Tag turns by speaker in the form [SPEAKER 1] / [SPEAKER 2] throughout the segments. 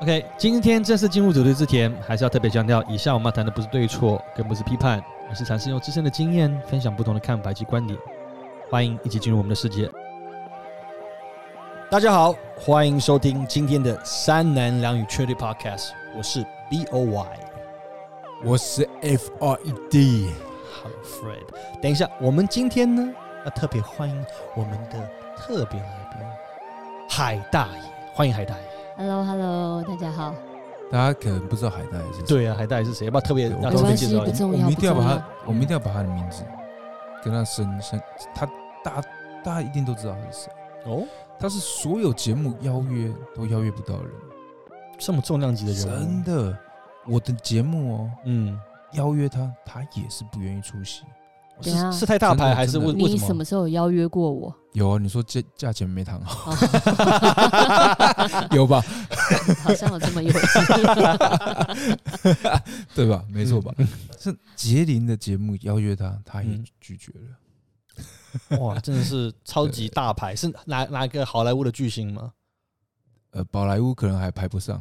[SPEAKER 1] OK，今天正式进入主题之前，还是要特别强调，以下我们要谈的不是对错，更不是批判，而是尝试用自身的经验分享不同的看法及观点。欢迎一起进入我们的世界。
[SPEAKER 2] 大家好，欢迎收听今天的三男两女确定 Podcast，我是 B O Y，
[SPEAKER 3] 我是 F R E D，
[SPEAKER 2] 好 Fred。等一下，我们今天呢要特别欢迎我们的特别来宾海大爷，欢迎海大爷。
[SPEAKER 4] Hello Hello，大家好。
[SPEAKER 3] 大家可能不知道海带是谁，
[SPEAKER 2] 对啊，海大爷是谁？要不要特别
[SPEAKER 3] 对
[SPEAKER 2] 让
[SPEAKER 3] 我
[SPEAKER 2] 特
[SPEAKER 3] 们
[SPEAKER 2] 别
[SPEAKER 3] 关
[SPEAKER 2] 介
[SPEAKER 3] 系
[SPEAKER 2] 绍
[SPEAKER 4] 不
[SPEAKER 2] 一下？
[SPEAKER 4] 重
[SPEAKER 3] 我
[SPEAKER 4] 要，
[SPEAKER 3] 们一定要把
[SPEAKER 4] 不重
[SPEAKER 3] 他，我们一定要把他的名字跟他生生，他大大家一定都知道他是谁，
[SPEAKER 2] 哦，
[SPEAKER 3] 他是所有节目邀约都邀约不到的人，
[SPEAKER 2] 这么重量级的人
[SPEAKER 3] 真
[SPEAKER 2] 物，
[SPEAKER 3] 的，我的节目哦
[SPEAKER 2] 嗯，
[SPEAKER 3] 邀约他，他也是不愿意出席。
[SPEAKER 4] 怎样
[SPEAKER 3] 啊
[SPEAKER 2] 是是太大牌还是
[SPEAKER 3] 真
[SPEAKER 2] 为
[SPEAKER 3] 的
[SPEAKER 2] 为
[SPEAKER 4] 你
[SPEAKER 2] 什
[SPEAKER 4] 什
[SPEAKER 2] 么？
[SPEAKER 4] 么时候有邀约过我？
[SPEAKER 3] 有啊，你说价价钱没谈好，
[SPEAKER 4] 哦
[SPEAKER 3] 有吧？
[SPEAKER 4] 好像有这么一回事。
[SPEAKER 3] 对吧？没错吧？是杰林的节目邀约他，他也
[SPEAKER 2] 嗯
[SPEAKER 3] 拒绝了。
[SPEAKER 2] 哇，真的是超级大牌，是哪哪个好莱坞的巨星吗？
[SPEAKER 3] 呃，宝莱坞可能还排不上，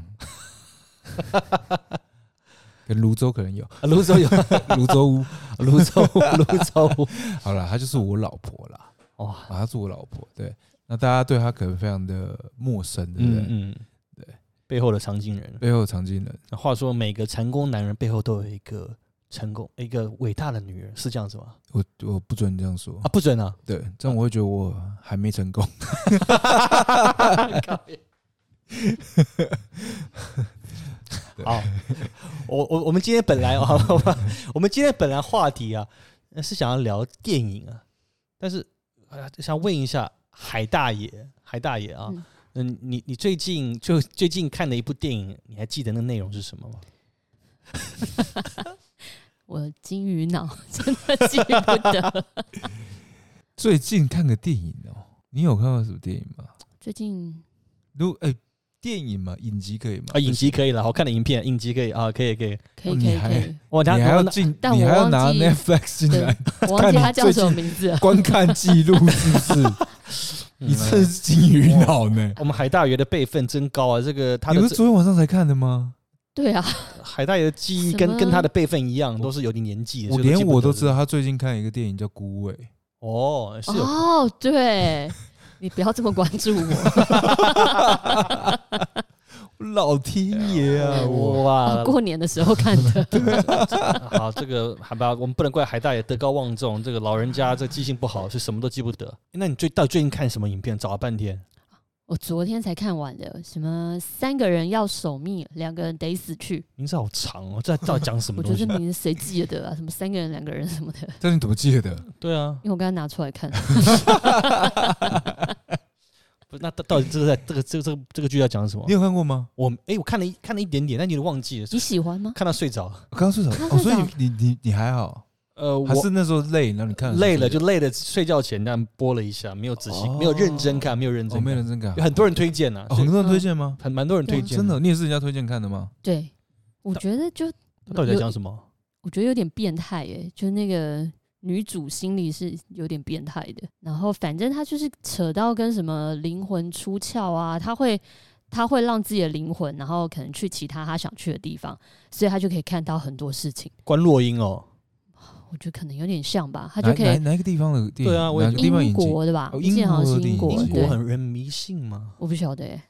[SPEAKER 3] 跟泸州可能有，
[SPEAKER 2] 啊泸州有，
[SPEAKER 3] 泸州屋。
[SPEAKER 2] 泸州，泸州，
[SPEAKER 3] 好了，她就是我老婆啦，
[SPEAKER 2] 哇，
[SPEAKER 3] 啊，她是我老婆。对，那大家对她可能非常的陌生，对不对？
[SPEAKER 2] 嗯嗯，
[SPEAKER 3] 对，
[SPEAKER 2] 背后的长颈人。
[SPEAKER 3] 背后常经人，
[SPEAKER 2] 话说，每个成功男人背后都有一个成功、一个伟大的女人，是这样子吗？
[SPEAKER 3] 我我不准这样说
[SPEAKER 2] 啊，，不准啊！
[SPEAKER 3] 对，这样我会觉得我还没成功。
[SPEAKER 2] 好，我我我们今天本来 啊，好吧我们今天本来话题啊呃是想要聊电影啊，但是呃想问一下海大爷，海大爷啊
[SPEAKER 4] 嗯，
[SPEAKER 2] 嗯，你你最近就最近看的一部电影，你还记得那内容是什么吗？
[SPEAKER 4] 我金鱼脑真的记不得。
[SPEAKER 3] 最近看个电影哦，你有看到什么电影吗？
[SPEAKER 4] 最近
[SPEAKER 3] 如哎、电影嘛，影集可以吗？
[SPEAKER 2] 啊，影集可以了，好看的影片，影集可以啊，可以可以。
[SPEAKER 4] 可以可
[SPEAKER 3] 哦你
[SPEAKER 4] 以
[SPEAKER 3] 还
[SPEAKER 4] 可以，
[SPEAKER 2] 我
[SPEAKER 3] 你
[SPEAKER 2] 拿
[SPEAKER 3] 还要
[SPEAKER 2] 我拿
[SPEAKER 3] 进，
[SPEAKER 4] 但
[SPEAKER 3] 你
[SPEAKER 4] 我
[SPEAKER 3] 还要
[SPEAKER 4] 忘
[SPEAKER 3] 拿
[SPEAKER 4] 记
[SPEAKER 3] Netflix 进 来
[SPEAKER 4] 我忘记
[SPEAKER 3] 看你
[SPEAKER 4] 他叫
[SPEAKER 3] 最
[SPEAKER 4] 什么
[SPEAKER 3] 近
[SPEAKER 4] 名字了。
[SPEAKER 3] 观看记录，是不 是？
[SPEAKER 2] 嗯
[SPEAKER 3] 你真是金鱼脑呢！
[SPEAKER 2] 我们海大爷的辈分真高啊！这个他
[SPEAKER 3] 你
[SPEAKER 2] 的
[SPEAKER 3] 不是昨天晚上才看的吗？
[SPEAKER 4] 对啊，
[SPEAKER 2] 海大爷的记忆
[SPEAKER 4] 什
[SPEAKER 2] 跟
[SPEAKER 4] 么
[SPEAKER 2] 跟他的辈分一样，都是有点年纪的。
[SPEAKER 3] 我
[SPEAKER 2] 所以
[SPEAKER 3] 连
[SPEAKER 2] 记不
[SPEAKER 3] 我
[SPEAKER 2] 得
[SPEAKER 3] 都知道，他最近看一个电影叫《孤味》，
[SPEAKER 2] 哦，是有
[SPEAKER 4] 哦，对，你不要这么关注 我。
[SPEAKER 3] 老天
[SPEAKER 4] 哎
[SPEAKER 3] 爷啊！我
[SPEAKER 2] 呃哇！
[SPEAKER 4] 过年的时候看的，
[SPEAKER 2] 好，这个好吧，我们不能怪海大爷德高望重，这个老人
[SPEAKER 4] 嗯
[SPEAKER 2] 家这记性不好，是什么都记不得。那你最到底最近看什么影片？找了半天，
[SPEAKER 4] 我昨天才看完的。什么三个人要守密，两个人得死去。
[SPEAKER 2] 名字好长哦，这到底讲什么
[SPEAKER 4] 我觉
[SPEAKER 2] 东
[SPEAKER 4] 得这
[SPEAKER 2] 西？
[SPEAKER 4] 名字谁记得啊？什么三个人、两个人什么的，
[SPEAKER 3] 但你怎么记得的？
[SPEAKER 2] 对啊，
[SPEAKER 4] 因为我刚刚拿出来看。
[SPEAKER 2] 不，那到到底这个在这个这个这个这个剧要讲什么
[SPEAKER 3] 你？有看过吗？
[SPEAKER 2] 我哎、我看了一看了一点点，但有点忘记了，
[SPEAKER 4] 你喜欢吗？
[SPEAKER 2] 看到睡着了。
[SPEAKER 3] 我刚刚睡着
[SPEAKER 4] 刚
[SPEAKER 3] 哦，
[SPEAKER 4] 刚
[SPEAKER 3] 所
[SPEAKER 4] 睡
[SPEAKER 3] 以
[SPEAKER 4] 着
[SPEAKER 3] 你你你你还好，
[SPEAKER 2] 呃，
[SPEAKER 3] 还
[SPEAKER 2] 我嗯
[SPEAKER 3] 是那时候累，然后你看
[SPEAKER 2] 累了就累了，睡觉前但播了一下，没有仔细，没有认真哦看，没有认
[SPEAKER 3] 我
[SPEAKER 2] 真
[SPEAKER 3] 哦没
[SPEAKER 2] 看。
[SPEAKER 3] 认真看
[SPEAKER 2] 有，很多人推荐呢、啊
[SPEAKER 3] 哦
[SPEAKER 2] 所
[SPEAKER 3] 很
[SPEAKER 2] 以
[SPEAKER 3] 多人推荐吗？
[SPEAKER 2] 很蛮多人推
[SPEAKER 4] 啊嗯
[SPEAKER 2] 荐，
[SPEAKER 3] 真的，。你也是人家推荐看的吗？
[SPEAKER 4] 对，我觉得就
[SPEAKER 2] 到底在
[SPEAKER 4] 有
[SPEAKER 2] 讲什么？
[SPEAKER 4] 我觉得有点变态耶、就那个女主心里是有点变态的。然后反正她就是扯到跟什么灵魂出窍啊，她会她会让自己的灵魂，然后可能去其他她想去的地方，所以她就可以看到很多事情。
[SPEAKER 2] 关洛英哦，
[SPEAKER 4] 我觉得可能有点像吧，她
[SPEAKER 3] 哪
[SPEAKER 4] 就可
[SPEAKER 3] 哪
[SPEAKER 4] 以
[SPEAKER 3] 哪一个地方的电影？
[SPEAKER 2] 对啊我也
[SPEAKER 3] 哪
[SPEAKER 2] 觉
[SPEAKER 3] 个
[SPEAKER 2] 得
[SPEAKER 3] 地方
[SPEAKER 4] 英
[SPEAKER 3] 影集？
[SPEAKER 4] 国的吧？
[SPEAKER 3] 哦
[SPEAKER 4] 我记得好像是
[SPEAKER 3] 英
[SPEAKER 4] 英国，
[SPEAKER 3] 国的
[SPEAKER 2] 英
[SPEAKER 3] 影集
[SPEAKER 2] 国
[SPEAKER 4] 对，
[SPEAKER 2] 很人迷信吗？
[SPEAKER 4] 我不晓得、耶。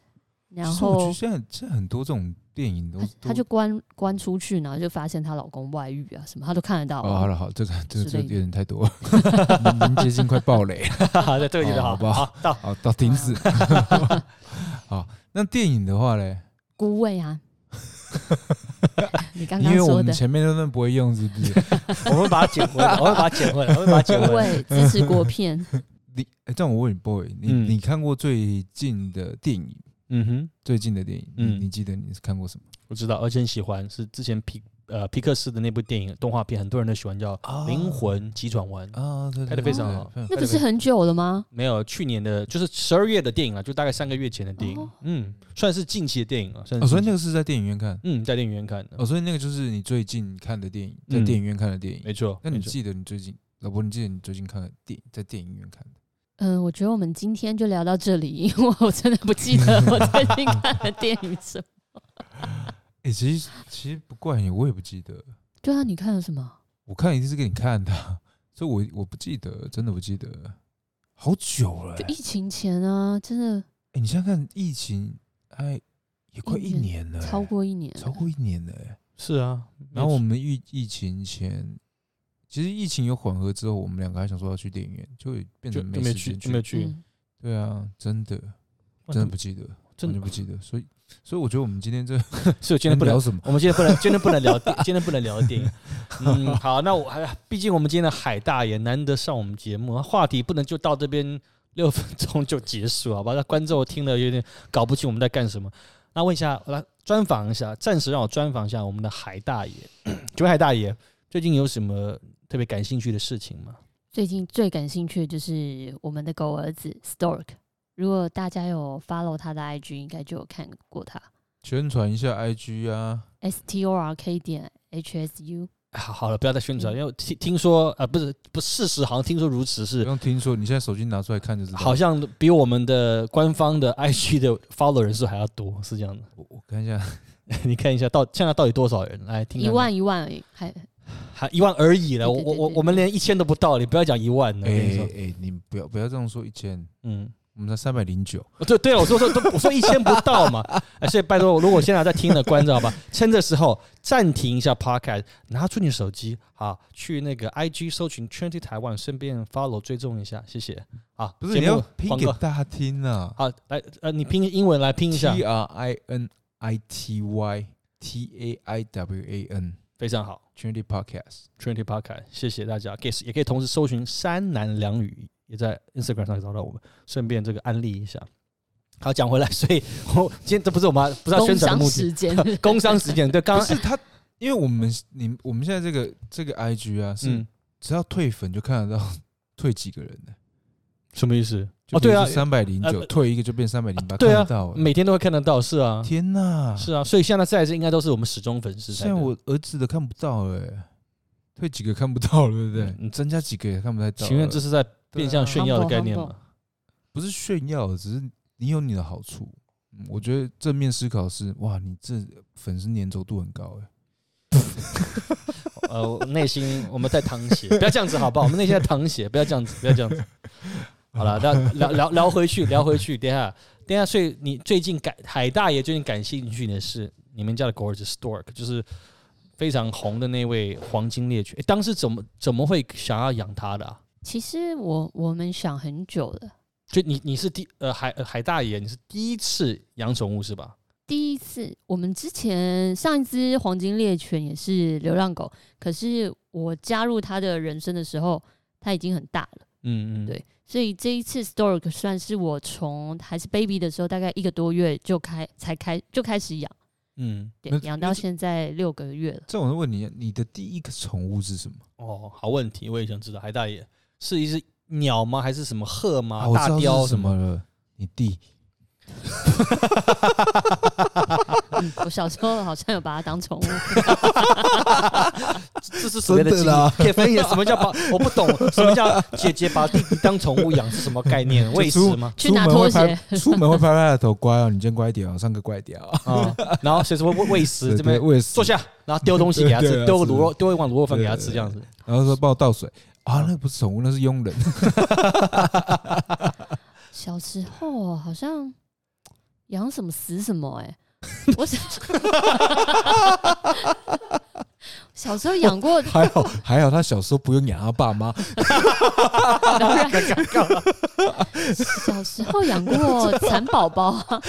[SPEAKER 4] 然
[SPEAKER 3] 其实我觉
[SPEAKER 4] 后
[SPEAKER 3] 得现在现在很多这种电影都
[SPEAKER 4] 她
[SPEAKER 3] 都
[SPEAKER 4] 她就关关出去，然后就发现她老公外遇啊什么，她都看得到、
[SPEAKER 3] 哦，好了好，这个这个
[SPEAKER 4] 之
[SPEAKER 3] 这
[SPEAKER 4] 类
[SPEAKER 3] 个有
[SPEAKER 4] 的
[SPEAKER 3] 点太多了， 您您接近快爆雷 了。
[SPEAKER 2] 对，这个有点
[SPEAKER 3] 哦
[SPEAKER 2] 好，
[SPEAKER 3] 好吧
[SPEAKER 2] 好到
[SPEAKER 3] 好，
[SPEAKER 4] 嗯
[SPEAKER 3] 到停止。 好，那电影的话嘞，
[SPEAKER 4] 孤味 啊。你刚
[SPEAKER 3] 因
[SPEAKER 4] 刚
[SPEAKER 3] 为我
[SPEAKER 4] 说的
[SPEAKER 3] 们前面那段不会用，是不 是？
[SPEAKER 2] 我们把它捡回 来，我们把它捡回来，我们把它捡
[SPEAKER 4] 孤
[SPEAKER 2] 回来。
[SPEAKER 4] 味支持国片，
[SPEAKER 3] 你哎，这样我问你，boy，你
[SPEAKER 2] 嗯
[SPEAKER 3] 你看过最近的电影？
[SPEAKER 2] 嗯哼，
[SPEAKER 3] 最近的电影，
[SPEAKER 2] 嗯
[SPEAKER 3] 你你记得你是看过什么？
[SPEAKER 2] 我知道，而且很喜欢，是之前皮呃皮克斯的那部电影动画片，很多人都喜欢叫《
[SPEAKER 3] 啊
[SPEAKER 2] 哦灵魂急转弯》。
[SPEAKER 3] 啊，对，对
[SPEAKER 2] 拍得非常好
[SPEAKER 3] 对非常
[SPEAKER 4] 那不是很久了吗？
[SPEAKER 2] 没有，去年的就是十二月的电影啊了，就大概三个月前的电影
[SPEAKER 4] 哦，
[SPEAKER 2] 嗯，算是近期的电影了，算
[SPEAKER 3] 哦，
[SPEAKER 2] 是近
[SPEAKER 3] 所以
[SPEAKER 2] 期。
[SPEAKER 3] 那个是在电影院看，
[SPEAKER 2] 嗯，在电影院看的
[SPEAKER 3] 哦，，所以那个就是你最近看的电影，在
[SPEAKER 2] 嗯
[SPEAKER 3] 电影院看的电影。
[SPEAKER 2] 没错。
[SPEAKER 3] 那
[SPEAKER 2] 没
[SPEAKER 3] 你
[SPEAKER 2] 错
[SPEAKER 3] 记得你最近，老婆，你记得你最近看的电影，在电影院看的？
[SPEAKER 4] 嗯，我觉得我们 今天就聊到这里，因为我真的不记得我最近看的电影什么。
[SPEAKER 3] 哎、其实其实不怪你，我也不记得，
[SPEAKER 4] 对啊，你看了什么？
[SPEAKER 3] 我看一定是给你看的啊，所以我我不记得，真的不记得，好久了、欸。
[SPEAKER 4] 就疫情前啊，真的
[SPEAKER 3] 哎、你想想看，疫情哎也快一
[SPEAKER 4] 一
[SPEAKER 3] 年了欸、
[SPEAKER 4] 超过一年了，
[SPEAKER 3] 超过一年了欸、
[SPEAKER 2] 是啊，
[SPEAKER 3] 然后我们疫疫情前，其实疫情有缓和之后，我们两个还想说要去电影院，就变
[SPEAKER 2] 就
[SPEAKER 3] 成
[SPEAKER 2] 就
[SPEAKER 3] 时
[SPEAKER 2] 没去，
[SPEAKER 3] 间
[SPEAKER 2] 就没有去，
[SPEAKER 4] 嗯，
[SPEAKER 3] 对啊，真的
[SPEAKER 2] 哇
[SPEAKER 3] 真的不记得，
[SPEAKER 2] 真的
[SPEAKER 3] 真的不记得，所以所以我觉得我们今天这
[SPEAKER 2] 所以我今天不
[SPEAKER 3] 能
[SPEAKER 2] 聊
[SPEAKER 3] 聊，什么，
[SPEAKER 2] 我们今天不能，今天不能聊电，今天不能聊电影。嗯，好，那我还，毕竟我们今天的海大爷难得上我们节目，话题不能就到这边六分钟就结束，好吧？那观众听了有点搞不清我们在干什么。那问一下，我来专访一下，暂时让我专访一下我们的海大爷。请问海大爷，最近有什么特别感兴趣的事情吗？
[SPEAKER 4] 最近最感兴趣的就是我们的狗儿子 Stork。如果大家有 follow 他的 IG，应该就有看过他
[SPEAKER 3] 宣传一下 IG 啊，
[SPEAKER 4] S T O R K 点 H S U。
[SPEAKER 2] 好好了，不要再宣传，因为我听听说，呃，不是不，事实好像听说如此
[SPEAKER 3] 不
[SPEAKER 2] 是，
[SPEAKER 3] 用听说，你现在手机拿出来看就知道。
[SPEAKER 2] 好，像比我们的官方的 IG 的 follow 人数还要多，是这样的。
[SPEAKER 3] 我我看一下，
[SPEAKER 2] 你看一下到现在到底多少人来听看看？
[SPEAKER 4] 一万一万而已，还
[SPEAKER 2] 还一万而已了。我
[SPEAKER 4] 对对
[SPEAKER 2] 我
[SPEAKER 4] 对
[SPEAKER 2] 我
[SPEAKER 4] 对
[SPEAKER 2] 我们连一千都不到，你不要讲一万了。
[SPEAKER 3] 哎
[SPEAKER 2] 我跟你说
[SPEAKER 3] 哎，哎，你不要不要这样说，一千，
[SPEAKER 2] 嗯，
[SPEAKER 3] 我们才三百零九，
[SPEAKER 2] 哦对对，我说说都我说一千不到嘛。 哎，所以拜托，如果现在在听的观众，啊好吧，趁这时候暂停一下 podcast，拿出你手机，好，去那个 IG 搜寻 Twenty 台湾，顺便 follow 追踪一下，谢谢。好，
[SPEAKER 3] 不是
[SPEAKER 2] 节
[SPEAKER 3] 你要
[SPEAKER 2] 目
[SPEAKER 3] 拼
[SPEAKER 2] 广
[SPEAKER 3] 给
[SPEAKER 2] 告。
[SPEAKER 3] 大家听啊
[SPEAKER 2] 好，来，呃，你拼英文来拼一下，
[SPEAKER 3] ，T R I N I T Y T A I W A N。
[SPEAKER 2] 非常好。
[SPEAKER 3] Trinity Podcast。
[SPEAKER 2] Trinity Podcast，谢谢大家，可以也可以同时搜寻三男两女，也在 Instagram 上找到我们，顺便这个安利一下。好，讲回来，所以 我今天这不是我们不是要
[SPEAKER 4] 工
[SPEAKER 2] 宣传的
[SPEAKER 4] 商
[SPEAKER 2] 目的，
[SPEAKER 4] 时间
[SPEAKER 2] 工商时间对，刚
[SPEAKER 3] 不
[SPEAKER 2] 刚
[SPEAKER 3] 是他，因为我们你我们现在这个这个 IG 啊，是
[SPEAKER 2] 嗯，
[SPEAKER 3] 只要退粉就看得到退几个人的。
[SPEAKER 2] 什么意思？哦，对啊，
[SPEAKER 3] 三百零
[SPEAKER 2] 呃
[SPEAKER 3] 九退一个就变三百零八，
[SPEAKER 2] 对啊
[SPEAKER 3] 看得到欸。
[SPEAKER 2] 每天都会看得到，是啊，
[SPEAKER 3] 天呐，
[SPEAKER 2] 是啊，所以现在在这应该都是我们始终粉丝才
[SPEAKER 3] 现
[SPEAKER 2] 对。
[SPEAKER 3] 在我儿子的看不到哎，退几个看不到了，对不对？
[SPEAKER 2] 嗯
[SPEAKER 3] 你增加几个也看不太到了。哎
[SPEAKER 2] 请问这是在变相炫耀的概念
[SPEAKER 4] 对
[SPEAKER 2] 吗？
[SPEAKER 3] 不是炫耀，只是你有你的好处。嗯我觉得正面思考是哇，你这粉丝粘稠度很高哎。
[SPEAKER 2] 呃，我 内心我们在淌血，不要这样子好不好？我们内心在淌血，不要这样子，不要这样子。好
[SPEAKER 3] 哦
[SPEAKER 2] 了，那聊聊聊回去，聊回去。等一下，等一下，所以你最近感海大爷最近感兴趣的是你们家的 Gorgeous Stork，就是非常红的那位黄金猎犬。诶当时怎么怎么会想要养它的、啊？
[SPEAKER 4] 其实我我们想很久了，
[SPEAKER 2] 就你你是第呃海呃海大爷，你是第一次养宠物是吧？
[SPEAKER 4] 第一次我们之前上一只黄金猎犬也是流浪狗，可是我加入它的人生的时候，它已经很大了，
[SPEAKER 2] 嗯嗯，
[SPEAKER 4] 对所以这一次 Stork 算是我从还是 baby 的时候，大概一个多月就开才开就开始养，
[SPEAKER 2] 嗯
[SPEAKER 4] 对
[SPEAKER 3] 那，
[SPEAKER 4] 养到现在六个月了。
[SPEAKER 3] 这我问你，你的第一个宠物是什么？
[SPEAKER 2] 哦，好问题，我也想知道海大爷是一只鸟吗？还是什么鹤吗？
[SPEAKER 3] 啊，我
[SPEAKER 2] 大
[SPEAKER 3] 知道
[SPEAKER 2] 雕
[SPEAKER 3] 是什
[SPEAKER 2] 什
[SPEAKER 3] 么了？你弟
[SPEAKER 4] 我小时候好像有把它当 宠物，
[SPEAKER 2] 这是什么样经历
[SPEAKER 3] 真的啦
[SPEAKER 2] 可以分享什么叫 把？我不懂什么叫姐姐把弟弟当宠物养是什么概 念？喂食吗？
[SPEAKER 4] 去拿拖
[SPEAKER 3] 出门会
[SPEAKER 4] 鞋，
[SPEAKER 3] 拍，出门会拍拍的头，乖哦，你今天乖一点哦，上课乖一点哦。
[SPEAKER 2] 啊，然后谁说喂喂食这边
[SPEAKER 3] 我也是
[SPEAKER 2] 坐，下，然后丢东西 给他吃
[SPEAKER 3] 对，对
[SPEAKER 2] 丢个
[SPEAKER 3] 是
[SPEAKER 2] 卤肉，丢一碗卤肉饭给他吃，
[SPEAKER 3] 对对
[SPEAKER 2] 这样子。
[SPEAKER 3] 然后说帮我倒水啊，那不是宠物，那是佣人。
[SPEAKER 4] 小时候好像养什么死什么哎、 我小 小时候养过，
[SPEAKER 3] 还好还好，他小时候不用养他爸妈，
[SPEAKER 4] 当然小时候养 过蚕宝宝啊，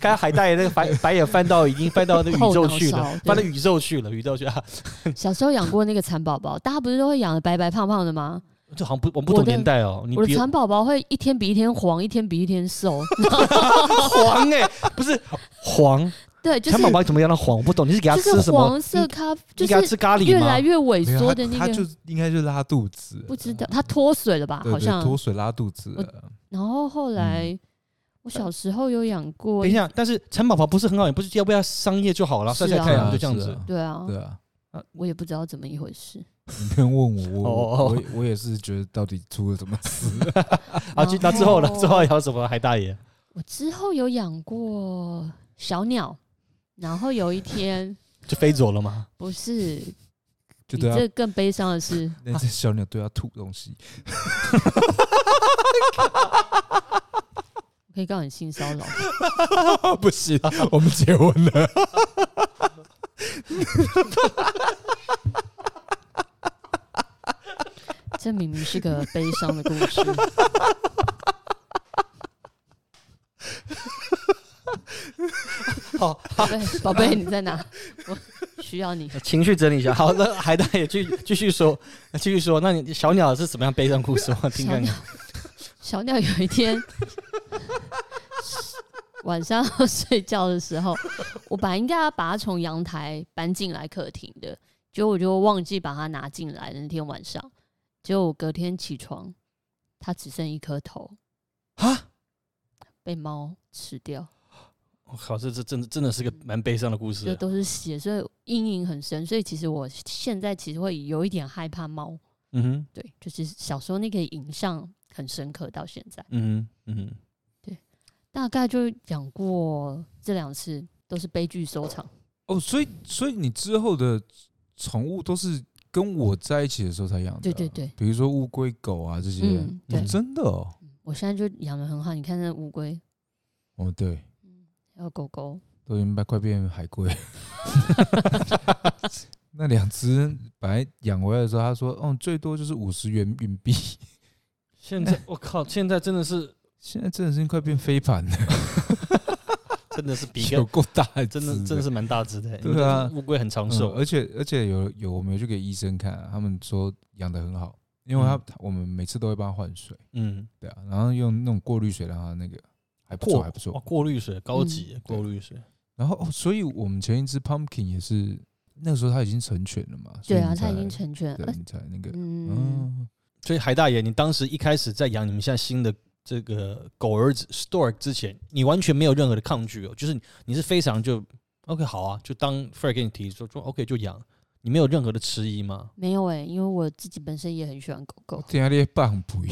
[SPEAKER 2] 刚才海大爷那个白白眼翻到已经翻到那个宇宙去
[SPEAKER 4] 后
[SPEAKER 2] 了
[SPEAKER 4] 脑勺，对
[SPEAKER 2] 翻到宇宙去了，宇宙去啊！
[SPEAKER 4] 小时候养过那个蚕宝宝，大家不是都会养的白白胖胖的吗？
[SPEAKER 2] 这好像不我们不同
[SPEAKER 4] 我的
[SPEAKER 2] 年代哦，你
[SPEAKER 4] 我的
[SPEAKER 2] 比
[SPEAKER 4] 蚕宝宝会一天比一天黄，一天比一天瘦，
[SPEAKER 2] 黄哎，不是黄，
[SPEAKER 4] 对， 就
[SPEAKER 2] 蚕
[SPEAKER 4] 是
[SPEAKER 2] 宝宝怎么养的黄？我不懂，你是给他吃
[SPEAKER 4] 就
[SPEAKER 2] 什
[SPEAKER 4] 是
[SPEAKER 2] 么？
[SPEAKER 4] 黄色咖，
[SPEAKER 2] 你
[SPEAKER 4] 就
[SPEAKER 2] 给他吃
[SPEAKER 4] 是
[SPEAKER 2] 咖喱
[SPEAKER 4] 越来
[SPEAKER 2] 吗？
[SPEAKER 4] 越萎
[SPEAKER 3] 没有
[SPEAKER 4] 缩
[SPEAKER 3] 他
[SPEAKER 4] 的那
[SPEAKER 3] 他
[SPEAKER 4] 个
[SPEAKER 3] 就，应该就拉肚子，
[SPEAKER 4] 不知道它脱水了吧？
[SPEAKER 3] 对
[SPEAKER 4] 好
[SPEAKER 3] 对，
[SPEAKER 4] 像
[SPEAKER 3] 脱水拉肚子
[SPEAKER 4] 我
[SPEAKER 3] 了。
[SPEAKER 4] 然后后来、我小时候有养
[SPEAKER 2] 嗯
[SPEAKER 4] 过
[SPEAKER 2] 等一，下，但是蚕宝宝不是很好养，不是要不要商业就好了，晒晒
[SPEAKER 4] 是啊
[SPEAKER 2] 太阳
[SPEAKER 3] 是啊
[SPEAKER 2] 就这样
[SPEAKER 3] 是
[SPEAKER 2] 子
[SPEAKER 3] 啊。
[SPEAKER 4] 对啊，
[SPEAKER 3] 对啊，
[SPEAKER 4] 我也不知道怎么一回事。
[SPEAKER 3] 你不用问我，
[SPEAKER 2] 哦
[SPEAKER 3] 我我我也是觉得到底出了什么事？
[SPEAKER 2] 啊，就那之后呢？
[SPEAKER 4] 哦
[SPEAKER 2] 之后养什么海大爷？
[SPEAKER 4] 我之后有养过小鸟，然后有一天
[SPEAKER 2] 就飞走了吗？
[SPEAKER 4] 不是，
[SPEAKER 3] 就
[SPEAKER 4] 比
[SPEAKER 3] 对
[SPEAKER 4] 这
[SPEAKER 3] 啊，
[SPEAKER 4] 更悲伤的是，
[SPEAKER 3] 那只小鸟对它吐东西，
[SPEAKER 4] 我可以告诉你性骚扰。
[SPEAKER 3] 啊 不行，我们结婚了。
[SPEAKER 4] 这明明是个悲伤的故 事。
[SPEAKER 2] 好，
[SPEAKER 4] 宝贝，宝贝，你在哪？我需要你。
[SPEAKER 2] 情绪整理一下。好，那海大爷继继续说，继续说。那你小鸟是怎么样悲伤故 事？我听
[SPEAKER 4] 小
[SPEAKER 2] 看
[SPEAKER 4] 鸟
[SPEAKER 2] 看。，
[SPEAKER 4] 小鸟有一天 晚上要睡觉的时候，我本来应该要把它从阳台搬进来客厅的，结果我就忘记把它拿进来。那天晚上，结果我隔天起床，它只剩一颗头
[SPEAKER 2] 啊，
[SPEAKER 4] 被猫吃掉，
[SPEAKER 2] 我靠，这这真的真的是个蛮悲伤的故
[SPEAKER 4] 就
[SPEAKER 2] 事。
[SPEAKER 4] 都是血，所以阴影很深。所以其实我现在其实会有一点害怕猫，
[SPEAKER 2] 嗯哼，
[SPEAKER 4] 对，就是小时候那个影像很深刻，到现在。
[SPEAKER 2] 嗯哼，嗯哼。
[SPEAKER 4] 大概就养过这两次，都是悲剧收场。
[SPEAKER 3] 哦，所以所以你之后的宠物都是跟我在一起的时候才养的、
[SPEAKER 4] 对对，对，
[SPEAKER 3] 比如说乌龟、狗啊这些。
[SPEAKER 4] 嗯，对
[SPEAKER 3] 哦，，真的哦，
[SPEAKER 4] 我现在就养的很好。你看那乌龟，
[SPEAKER 3] 哦对，
[SPEAKER 4] 还有狗狗，
[SPEAKER 3] 都已经快变海龟。 那两只本来养回来的时候，他说：“嗯，最多就是五十元运币。
[SPEAKER 2] 现 在我靠，现在真的是”
[SPEAKER 3] 现在真的是快变飞盘了，
[SPEAKER 2] 真的是比
[SPEAKER 3] 有
[SPEAKER 2] 个
[SPEAKER 3] 够大一只
[SPEAKER 2] 真的真的是蛮大只的。
[SPEAKER 3] 对啊
[SPEAKER 2] 乌龟很长
[SPEAKER 3] 嗯
[SPEAKER 2] 寿。
[SPEAKER 3] 而且而且有有我们有去给医生看啊、他们说养的很好，因为他、
[SPEAKER 2] 嗯
[SPEAKER 3] 他我们每次都会帮他换水，
[SPEAKER 2] 嗯，
[SPEAKER 3] 对啊，然后用那种过滤水让他那个还不
[SPEAKER 2] 过
[SPEAKER 3] 错还不
[SPEAKER 2] 哦
[SPEAKER 3] 错。
[SPEAKER 2] 过滤水高级
[SPEAKER 4] 嗯
[SPEAKER 2] 过滤水。
[SPEAKER 3] 然后、哦、所以我们前一只 pumpkin 也是那时候它已经成犬了嘛，所
[SPEAKER 4] 对
[SPEAKER 3] 以
[SPEAKER 4] 啊，
[SPEAKER 3] 你
[SPEAKER 4] 它已
[SPEAKER 3] 才
[SPEAKER 4] 经成全
[SPEAKER 3] 对
[SPEAKER 4] 了。
[SPEAKER 3] 你才那个
[SPEAKER 4] 嗯，
[SPEAKER 3] 嗯
[SPEAKER 2] 所以海大爷，你当时一开始在养你们现在新的这个狗儿子 Stork 之前，你完全没有任何的抗拒哦，就是你你是非常就 OK 好啊，就当 f r e d 给你提说说 OK 就养，你没有任何的迟疑吗？
[SPEAKER 4] 没有哎、因为我自己本身也很喜欢狗狗。
[SPEAKER 3] 天啊，你棒不一！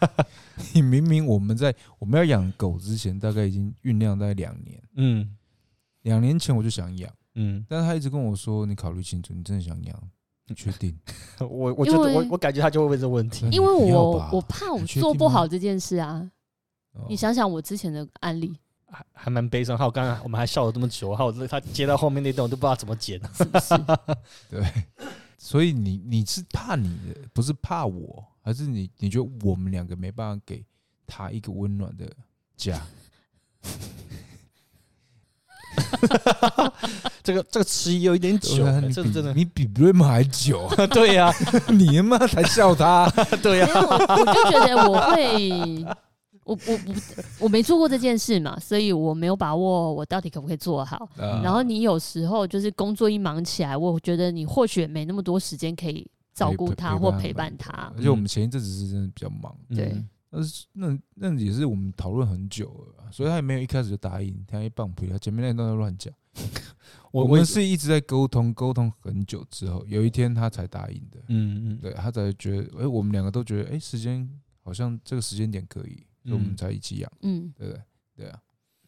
[SPEAKER 3] 你明明我们在我们要养狗之前，大概已经酝酿大概两年，
[SPEAKER 2] 嗯
[SPEAKER 3] 两年前我就想养，
[SPEAKER 2] 嗯，
[SPEAKER 3] 但是他一直跟我说：“你考虑清楚，你真的想养？你确定？
[SPEAKER 2] 我我
[SPEAKER 4] 觉得我我
[SPEAKER 2] 感觉他就会问这问
[SPEAKER 3] 题
[SPEAKER 4] 因为
[SPEAKER 3] 你不要
[SPEAKER 4] 我
[SPEAKER 3] 吧
[SPEAKER 4] 我怕我
[SPEAKER 3] 你确
[SPEAKER 4] 做
[SPEAKER 3] 定
[SPEAKER 4] 不
[SPEAKER 3] 吗
[SPEAKER 4] 好这件事啊。
[SPEAKER 3] 哦
[SPEAKER 4] 你想想我之前的案 例，
[SPEAKER 2] 还还蛮悲伤。还有刚才我们还笑了这么久，还有他接到后面那段我都不知道怎么剪。
[SPEAKER 4] 是不是？
[SPEAKER 3] 所以你你是怕你的，不是怕我，还是你你觉得我们两个没办法给他一个温暖的家？
[SPEAKER 2] 这个这个迟疑有一点久，
[SPEAKER 3] 对啊
[SPEAKER 2] 哎这真的
[SPEAKER 3] 你比你比 Rim 还久， 啊
[SPEAKER 2] 对呀
[SPEAKER 3] 你他妈才笑他，
[SPEAKER 2] 对
[SPEAKER 4] 没
[SPEAKER 2] 呀，
[SPEAKER 4] 有，我我就觉得我会，我我不我没做过这件事嘛，所以我没有把握我到底可不可以做好。
[SPEAKER 3] 然
[SPEAKER 4] 然后你有时候就是工作一忙起来，我觉得你或许也没那么多时间可以照顾他或陪伴他。
[SPEAKER 3] 而且我们前一阵子是真的比较忙，
[SPEAKER 2] 嗯
[SPEAKER 4] 对，
[SPEAKER 3] 但是那那也是我们讨论很久了啊，所以他也没有一开始就答应，他一棒不要，前面那一段都乱讲。
[SPEAKER 2] 我
[SPEAKER 3] 我
[SPEAKER 2] 我
[SPEAKER 3] 们是一直在沟通，沟通很久之后，有一天他才答应的，
[SPEAKER 2] 嗯嗯
[SPEAKER 3] 对他才觉得，哎、我们两个都觉得，哎、时间好像这个时间点可以，所以我
[SPEAKER 2] 嗯
[SPEAKER 3] 们才一起养，
[SPEAKER 4] 嗯，
[SPEAKER 3] 对不对？对啊，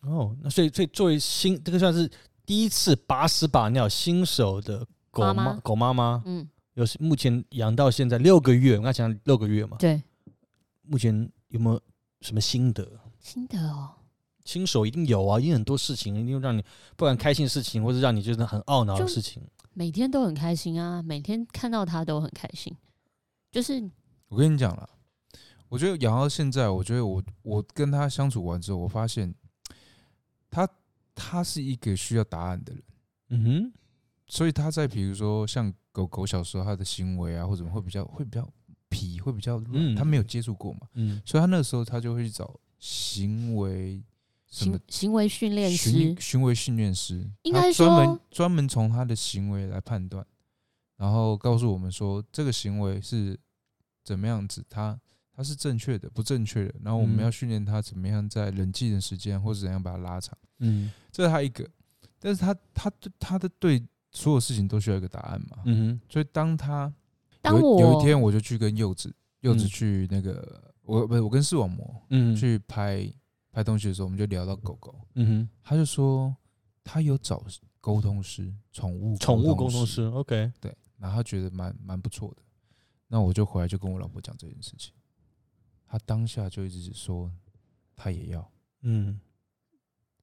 [SPEAKER 2] 哦，那所以所以作为新这个算是第一次把屎把尿新手的狗
[SPEAKER 4] 妈
[SPEAKER 2] 妈
[SPEAKER 4] 妈
[SPEAKER 2] 狗妈妈，
[SPEAKER 4] 嗯，
[SPEAKER 2] 有是目前养到现在六个月，我刚才讲六个月嘛，
[SPEAKER 4] 对，
[SPEAKER 2] 目前有没有什么心得？
[SPEAKER 4] 新的哦，
[SPEAKER 2] 新手一定有啊，因为很多事情一定让你不管开心的事情，或是让你觉得很懊恼的
[SPEAKER 4] 就
[SPEAKER 2] 事情。
[SPEAKER 4] 每天都很开心啊，每天看到他都很开心，就是
[SPEAKER 3] 我跟你讲了，我觉得养到现在，我觉得我我跟他相处完之后，我发现他他是一个需要答案的人。
[SPEAKER 2] 嗯
[SPEAKER 3] 所以他在比如说像狗狗小时候它的行为啊，或者会比较会比较皮，会比较
[SPEAKER 2] 嗯
[SPEAKER 3] 软，他没有接触过嘛，
[SPEAKER 2] 哼，嗯
[SPEAKER 3] 所以他那个时候他就会去找行为什么
[SPEAKER 4] 行行为训练师
[SPEAKER 3] 行，行为训练师，
[SPEAKER 4] 应
[SPEAKER 3] 他
[SPEAKER 4] 该
[SPEAKER 3] 专门
[SPEAKER 4] 说
[SPEAKER 3] 专门从他的行为来判断，然后告诉我们说这个行为是怎么样子，他他是正确的，不正确的，然后我们
[SPEAKER 2] 嗯
[SPEAKER 3] 要训练他怎么样在冷静的时间或者怎样把它拉长。
[SPEAKER 2] 嗯
[SPEAKER 3] 这是他一个，但是他他对他的对所有事情都需要一个答案嘛，
[SPEAKER 2] 嗯哼
[SPEAKER 3] 所以当他
[SPEAKER 4] 当
[SPEAKER 3] 有有一
[SPEAKER 4] 我
[SPEAKER 3] 天我就去跟柚子，柚子
[SPEAKER 2] 嗯
[SPEAKER 3] 去那个、我不是我跟视网膜
[SPEAKER 2] 嗯
[SPEAKER 3] 去拍拍东西的时候，我们就聊到狗狗，
[SPEAKER 2] 嗯
[SPEAKER 3] 他就说他有找沟通师，宠物
[SPEAKER 2] 哼，宠物沟
[SPEAKER 3] 沟
[SPEAKER 2] 通
[SPEAKER 3] 通
[SPEAKER 2] 师，，OK，
[SPEAKER 3] 对，然后他觉得蛮蛮不错的。那我就回来就跟我老婆讲这件事情，她当下就一直说她也要，
[SPEAKER 2] 嗯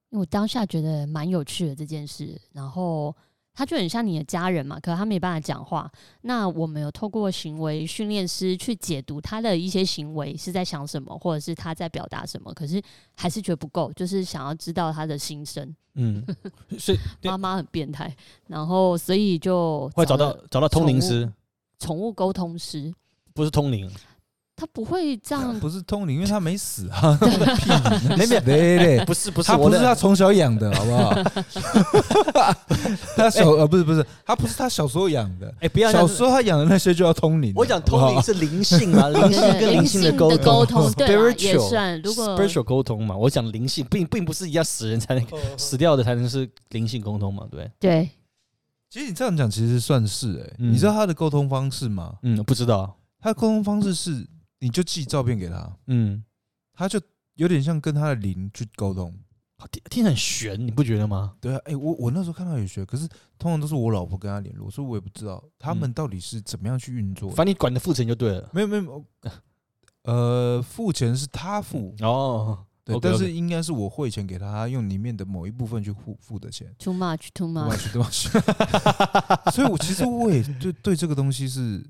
[SPEAKER 4] 因为我当下觉得蛮有趣的这件事，然后他就很像你的家人嘛，可他没办法讲话。那我们有透过行为训练师去解读他的一些行为是在想什么，或者是他在表达什么，可是还是觉得不够，就是想要知道他的心声。
[SPEAKER 2] 嗯， 所以对
[SPEAKER 4] 妈妈很变态，然后所以就
[SPEAKER 2] 会找到
[SPEAKER 4] 了
[SPEAKER 2] 找到通灵
[SPEAKER 4] 宠物
[SPEAKER 2] 师，
[SPEAKER 4] 宠物沟通师，
[SPEAKER 2] 不是通灵，
[SPEAKER 4] 他不会这 样
[SPEAKER 3] 不是通灵，因为她没死啊，
[SPEAKER 2] 没没
[SPEAKER 3] 对
[SPEAKER 4] 呃
[SPEAKER 3] 对，
[SPEAKER 2] 不是不是
[SPEAKER 3] 他
[SPEAKER 2] 我
[SPEAKER 3] 不
[SPEAKER 2] 的
[SPEAKER 3] 是他从小养的，好 不好？他小呃不是不是，他不是他小时候养的，
[SPEAKER 2] 哎，不要这样
[SPEAKER 3] 小
[SPEAKER 2] 子
[SPEAKER 3] 时候他养的那些就要通灵的。
[SPEAKER 2] 我讲
[SPEAKER 3] 好不
[SPEAKER 2] 通
[SPEAKER 3] 好
[SPEAKER 2] 灵是灵性 啊，灵性跟灵
[SPEAKER 4] 灵
[SPEAKER 2] 性
[SPEAKER 4] 的
[SPEAKER 2] 沟
[SPEAKER 4] 沟
[SPEAKER 2] 通
[SPEAKER 4] 通，对啦，也
[SPEAKER 2] Spiritual
[SPEAKER 4] 算。如果
[SPEAKER 2] spiritual 沟通嘛，我讲灵性，并并不是要死人才能
[SPEAKER 4] 哦
[SPEAKER 2] 死掉的才能是灵性沟通嘛，对不对？
[SPEAKER 4] 对，
[SPEAKER 3] 其实你这样讲，其实算是哎、
[SPEAKER 2] 嗯
[SPEAKER 3] 你知道他的沟通方式吗？
[SPEAKER 2] 嗯，不知道，
[SPEAKER 3] 他的沟通方式是，你就寄照片给他，
[SPEAKER 2] 嗯，
[SPEAKER 3] 他就有点像跟他的灵去沟通。
[SPEAKER 2] 听听起来很悬，你不觉得吗？
[SPEAKER 3] 对啊，哎、我我那时候看到有学，可是通常都是我老婆跟他联络，所以我也不知道他们到底是怎么样去运作
[SPEAKER 2] 反
[SPEAKER 3] 的。
[SPEAKER 2] 正你管的负责就对了。
[SPEAKER 3] 没有没有没有，呃，付钱是他付，
[SPEAKER 2] 哦，
[SPEAKER 3] 对
[SPEAKER 2] OK，OK
[SPEAKER 3] 但是应该是我汇钱给他，他用里面的某一部分去付付的钱。
[SPEAKER 4] too much too
[SPEAKER 3] 对
[SPEAKER 4] much，
[SPEAKER 3] 吧？对吧？ 所以，我其实我也对对这个东西是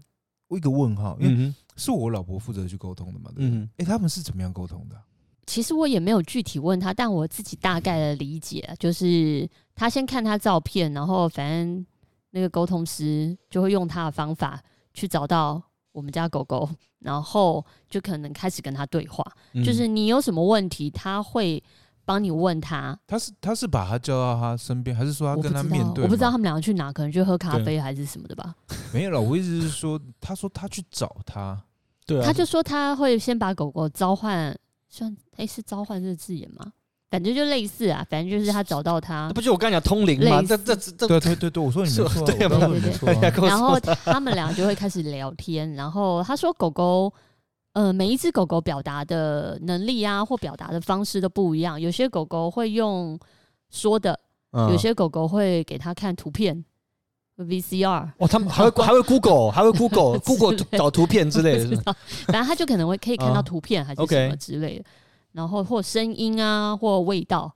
[SPEAKER 3] 我一个问号，因为
[SPEAKER 2] 嗯
[SPEAKER 3] 是我老婆负责去沟通的嘛。对不对
[SPEAKER 2] 嗯
[SPEAKER 3] 哎、他们是怎么样沟通的啊、
[SPEAKER 4] 其实我也没有具体问他，但我自己大概的理解就是，他先看他照片，然后反正那个沟通师就会用他的方法去找到我们家狗狗，然后就可能开始跟他对话，
[SPEAKER 2] 哼，
[SPEAKER 4] 就是
[SPEAKER 3] 嗯
[SPEAKER 4] 你有什么问题，他会帮你问他。
[SPEAKER 3] 他是他是把他叫到他身边，还是说
[SPEAKER 4] 我不
[SPEAKER 3] 他跟
[SPEAKER 4] 知
[SPEAKER 3] 他
[SPEAKER 4] 道
[SPEAKER 3] 面对吗？
[SPEAKER 4] 我不知道他们两个去哪，可能去喝咖
[SPEAKER 2] 对
[SPEAKER 4] 啡还是什么的吧。
[SPEAKER 3] 没有了。我意思是说，他说他去找 他，
[SPEAKER 2] 对啊，
[SPEAKER 4] 他就说他会先把狗狗召唤，算诶是召唤这个字眼吗？反正就类似啊，反正就是他找到他
[SPEAKER 2] 那，不就我刚才讲通灵吗？
[SPEAKER 4] 类
[SPEAKER 2] 这
[SPEAKER 4] 似
[SPEAKER 2] 这这这，
[SPEAKER 3] 对对对对，我说你没错啊，
[SPEAKER 2] 是对哎
[SPEAKER 3] 我刚刚
[SPEAKER 4] 对
[SPEAKER 3] 说你
[SPEAKER 4] 对
[SPEAKER 3] 没错啊、
[SPEAKER 2] 跟我
[SPEAKER 4] 然
[SPEAKER 2] 说
[SPEAKER 4] 后他们俩就会开始聊天。然后他说，狗狗，呃，每一只狗狗表达的能力啊，或表达的方式都不一样。有些狗狗会用说的，有
[SPEAKER 2] 嗯
[SPEAKER 4] 些狗狗会给它看图片，VCR
[SPEAKER 2] 哦，他们还会还会 Google，还会 Google，Google
[SPEAKER 4] 之类
[SPEAKER 2] 找图片之类的
[SPEAKER 4] 不
[SPEAKER 2] 是
[SPEAKER 4] 知
[SPEAKER 2] 吧，
[SPEAKER 4] 道 反正它就可能会可以看
[SPEAKER 2] 啊
[SPEAKER 4] 到图片还是
[SPEAKER 2] ，OK
[SPEAKER 4] 什么之类的，然后或声音啊，或味道。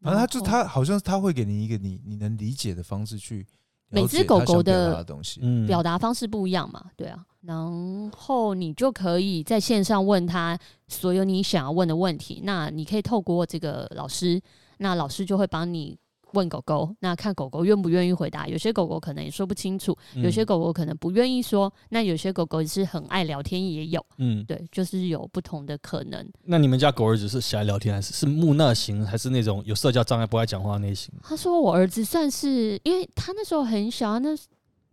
[SPEAKER 3] 反正他就
[SPEAKER 4] 然后
[SPEAKER 3] 他好像是他会给你一个你你能理解的方式去了
[SPEAKER 4] 每
[SPEAKER 3] 解
[SPEAKER 4] 只狗
[SPEAKER 3] 他想
[SPEAKER 4] 狗
[SPEAKER 3] 表达
[SPEAKER 4] 的
[SPEAKER 3] 的东西。
[SPEAKER 2] 嗯
[SPEAKER 4] 表达方式不一样嘛，对啊。然后你就可以在线上问他所有你想要问的问题。那你可以透过这个老师，那老师就会帮你问狗狗，那看狗狗愿不愿意回答。有些狗狗可能也说不清楚，
[SPEAKER 2] 嗯
[SPEAKER 4] 有些狗狗可能不愿意说，那有些狗狗是很爱聊天，也有
[SPEAKER 2] 嗯，
[SPEAKER 4] 对，就是有不同的可能。
[SPEAKER 2] 那你们家狗儿子是喜欢聊天，还是是木讷型，还是那种有社交障碍不爱讲话类型？
[SPEAKER 4] 他说我儿子算是，因为他那时候很小，那时